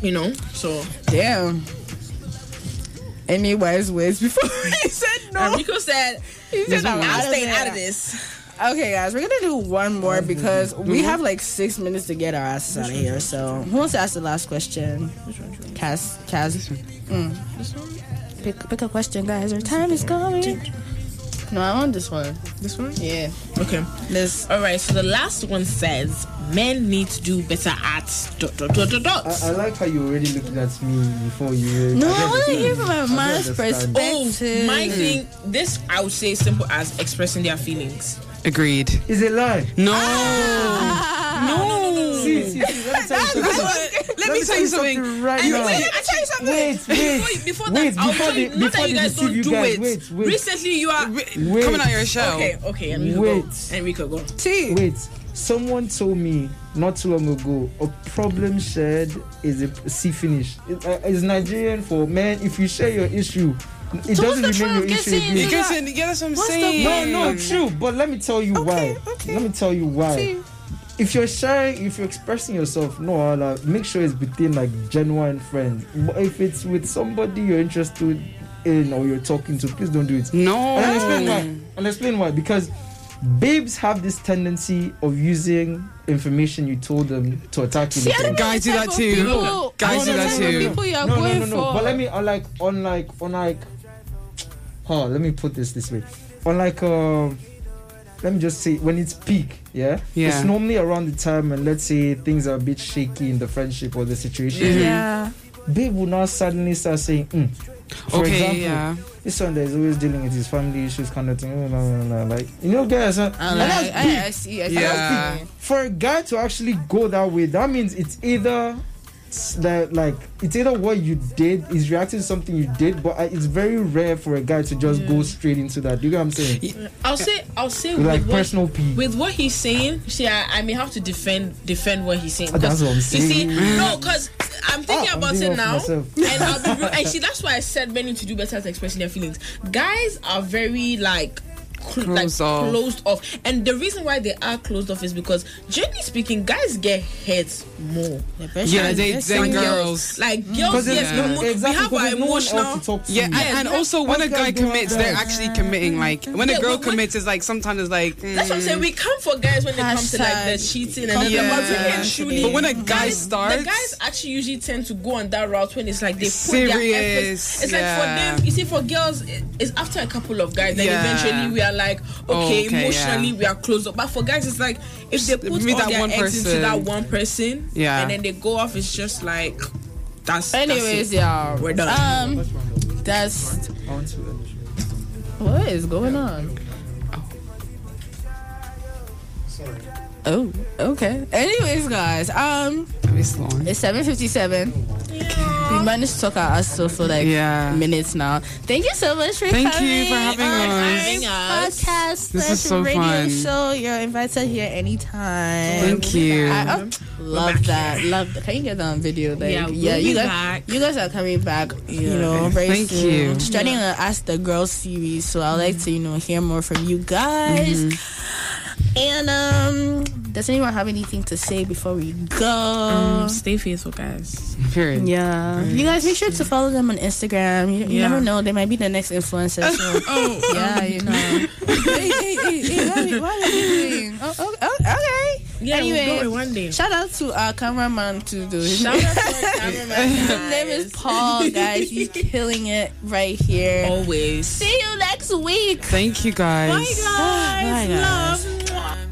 Speaker 3: you know. So
Speaker 1: Damn. Any wise words before he said no?
Speaker 3: and Rico said,
Speaker 1: he said I'm
Speaker 3: "I'm
Speaker 1: out of
Speaker 3: staying out of
Speaker 1: here."
Speaker 3: this."
Speaker 1: Okay, guys, we're gonna do one more because we have like six minutes to get our asses out of here. So, who wants to ask the last question? Mm. Cass, Cass,
Speaker 3: This one,
Speaker 1: pick, pick a question, guys. Our time is coming. No, I want this one.
Speaker 3: this one.
Speaker 1: Yeah,
Speaker 3: Okay.
Speaker 1: this.
Speaker 3: All right. So the last one says, "Men need to do better at dot dot dot dot dot."
Speaker 2: I, I like how you already looked at me before you.
Speaker 1: No, I
Speaker 2: don't
Speaker 1: want to hear from a
Speaker 2: understand. I don't
Speaker 1: man's
Speaker 2: understand.
Speaker 3: Oh,
Speaker 1: perspective.
Speaker 3: my thing. This I would say is simple as expressing their feelings.
Speaker 4: Agreed.
Speaker 2: Is it lie?
Speaker 4: No. Ah,
Speaker 3: No, no, no,
Speaker 1: Oh.
Speaker 3: no.
Speaker 2: See, see, see, let me tell you something.
Speaker 4: Let me tell you something.
Speaker 2: right
Speaker 3: And
Speaker 2: now.
Speaker 3: wait, let me tell you something.
Speaker 2: Wait, wait,
Speaker 3: Before, before that,
Speaker 2: wait,
Speaker 3: I'll
Speaker 2: before
Speaker 3: tell you,
Speaker 2: they-
Speaker 3: not
Speaker 2: before
Speaker 3: that you
Speaker 2: they
Speaker 3: guys don't
Speaker 2: deceive you
Speaker 3: do
Speaker 2: guys,
Speaker 3: it.
Speaker 2: wait, wait.
Speaker 3: Recently, you are.
Speaker 2: Wait.
Speaker 4: Coming out your shell.
Speaker 3: Okay, okay, Enrico,
Speaker 2: Wait.
Speaker 3: go. Enrico, go.
Speaker 1: T.
Speaker 2: Wait, someone told me not too long ago a problem shared is a see finish. It, uh, it's Nigerian for man. If you share your issue, it
Speaker 1: So what's
Speaker 2: doesn't
Speaker 1: the
Speaker 2: remain
Speaker 1: try of
Speaker 2: your issue. with
Speaker 1: getting
Speaker 2: me.
Speaker 4: You can say, yeah, that's what I'm
Speaker 1: What's the
Speaker 4: saying.
Speaker 2: No, no, true. But let me tell you
Speaker 1: Okay,
Speaker 2: why.
Speaker 1: okay.
Speaker 2: Let me tell you why.
Speaker 1: T.
Speaker 2: If you're sharing, if you're expressing yourself, no, Allah, make sure it's between like genuine friends. But if it's with somebody you're interested in or you're talking to, please don't do it.
Speaker 4: No.
Speaker 2: And I'll explain why. I'll explain why. Because babes have this tendency of using information you told them to attack you.
Speaker 1: See, I
Speaker 2: with.
Speaker 1: don't know
Speaker 4: Guys
Speaker 1: the
Speaker 4: do
Speaker 1: type
Speaker 4: that
Speaker 1: of
Speaker 4: too.
Speaker 1: people-
Speaker 4: No,
Speaker 1: I
Speaker 4: guys
Speaker 1: don't
Speaker 4: do
Speaker 1: know the
Speaker 4: that
Speaker 1: type of
Speaker 4: too.
Speaker 1: People you are
Speaker 2: no,
Speaker 1: going
Speaker 2: no, no, no.
Speaker 1: for.
Speaker 2: But let me, unlike, unlike, unlike, oh, let me put this this way. Unlike, um, let me just say, when it's peak, yeah,
Speaker 4: Yeah.
Speaker 2: it's normally around the time, and let's say things are a bit shaky in the friendship or the situation.
Speaker 1: Yeah.
Speaker 2: Babe will now suddenly start saying, mm. for
Speaker 4: okay,
Speaker 2: example,
Speaker 4: yeah.
Speaker 2: this one that is always dealing with his family issues, kind of thing. blah, blah, blah, blah. Like, you know, guys, uh,
Speaker 1: I,
Speaker 2: and that's
Speaker 1: like- I,
Speaker 2: big.
Speaker 1: I, see. I see.
Speaker 4: Yeah.
Speaker 2: for a guy to actually go that way, that means it's either s- that like it's either what you did is reacting to something you did, but I- it's very rare for a guy to just go straight into that. Do you get what I'm saying?
Speaker 3: I'll say, I'll say,
Speaker 2: With, like
Speaker 3: with, what,
Speaker 2: personal pee.
Speaker 3: with what he's saying, see, I, I may have to defend defend what he's saying. 'cause
Speaker 2: Oh, That's what I'm
Speaker 3: You see,
Speaker 2: saying.
Speaker 3: no, because I'm thinking
Speaker 2: Ah, I'm
Speaker 3: about
Speaker 2: doing
Speaker 3: it
Speaker 2: well
Speaker 3: now,
Speaker 2: for myself.
Speaker 3: and I'll be real. And see, that's why I said men need to do better at expressing their feelings. Guys are very like cl-
Speaker 4: Closed
Speaker 3: like
Speaker 4: off.
Speaker 3: closed off. And the reason why they are closed off is because generally speaking, guys get hurt more.
Speaker 4: Yeah, they- they girls.
Speaker 3: Like girls,
Speaker 2: there's
Speaker 3: yes,
Speaker 2: no-
Speaker 3: emo-
Speaker 2: exactly,
Speaker 3: we have
Speaker 2: because
Speaker 3: our
Speaker 2: there's no one else
Speaker 3: emotional.
Speaker 2: to talk to.
Speaker 4: Yeah,
Speaker 3: Yeah,
Speaker 4: and, and
Speaker 3: yeah.
Speaker 4: also when a
Speaker 2: Us guys
Speaker 4: guy
Speaker 2: don't
Speaker 4: commits,
Speaker 2: have
Speaker 4: they're
Speaker 2: that.
Speaker 4: actually committing. Like when
Speaker 3: Yeah,
Speaker 4: a girl
Speaker 3: but when-
Speaker 4: commits, it's like sometimes it's like. mm,
Speaker 3: That's what I'm saying. We come for guys when it comes to like the
Speaker 1: Hashtag
Speaker 3: cheating and
Speaker 4: Yeah.
Speaker 3: yeah. and truly.
Speaker 4: But when a guy starts-
Speaker 3: the guys actually usually tend to go on that route when it's like they put their
Speaker 4: Serious,
Speaker 3: efforts. It's
Speaker 4: yeah.
Speaker 3: like for them, you see, for girls, it- it's after a couple of guys, then
Speaker 4: Yeah.
Speaker 3: eventually we are like,
Speaker 4: Oh,
Speaker 3: okay,
Speaker 4: okay,
Speaker 3: emotionally
Speaker 4: yeah.
Speaker 3: we are closed up. But for guys, it's like if they put all
Speaker 4: meet that
Speaker 3: their
Speaker 4: one
Speaker 3: eggs into
Speaker 4: person.
Speaker 3: that one person,
Speaker 4: Yeah.
Speaker 3: and then they go off, it's just like that's.
Speaker 1: Anyways,
Speaker 3: that's it.
Speaker 1: y'all.
Speaker 3: We're done.
Speaker 1: Um, that's
Speaker 2: I want to finish.
Speaker 1: what is going on.
Speaker 2: Sorry.
Speaker 1: Oh, okay. Anyways, guys. Um,
Speaker 4: It's
Speaker 1: it's seven fifty-seven.
Speaker 3: Yeah.
Speaker 1: We managed to talk our ass off for like
Speaker 4: Yeah.
Speaker 1: minutes now. Thank you so much for
Speaker 4: Thank
Speaker 1: coming. Oh,
Speaker 4: you for having
Speaker 1: on
Speaker 4: us.
Speaker 1: Ice Podcast
Speaker 4: This is
Speaker 1: slash
Speaker 4: so
Speaker 1: radio
Speaker 4: fun.
Speaker 1: show. You're invited here anytime.
Speaker 4: Thank you.
Speaker 1: I, oh, love that. Love. That. Can you get that on video? Like,
Speaker 3: Yeah, we'll
Speaker 1: you
Speaker 3: be
Speaker 1: guys,
Speaker 3: back.
Speaker 1: you guys are coming back. You know, very
Speaker 4: Thank
Speaker 1: soon.
Speaker 4: you.
Speaker 1: Starting to ask the girls series, so I'd like to you know hear more from you guys.
Speaker 4: Mm-hmm.
Speaker 1: And um, does anyone have anything to say before we go?
Speaker 3: uh,
Speaker 4: Um,
Speaker 3: Stay faithful, guys.
Speaker 4: period.
Speaker 1: Yeah. You guys make sure to follow them on Instagram. You, you
Speaker 3: Yeah.
Speaker 1: never know, they might be the next influencer. So.
Speaker 3: Oh,
Speaker 1: yeah, you know. hey, hey, hey, hey, what are we- what are we doing? Oh, oh, oh, okay.
Speaker 3: yeah.
Speaker 1: Anyway,
Speaker 3: we'll do it one day.
Speaker 1: Shout out to our cameraman to do. His
Speaker 3: Shout out to our cameraman,
Speaker 1: name is
Speaker 3: guys.
Speaker 1: Paul, guys. He's killing it right here.
Speaker 3: Always.
Speaker 1: See you next week.
Speaker 4: Thank you guys.
Speaker 3: Bye, guys.
Speaker 1: Bye, guys.
Speaker 3: Love.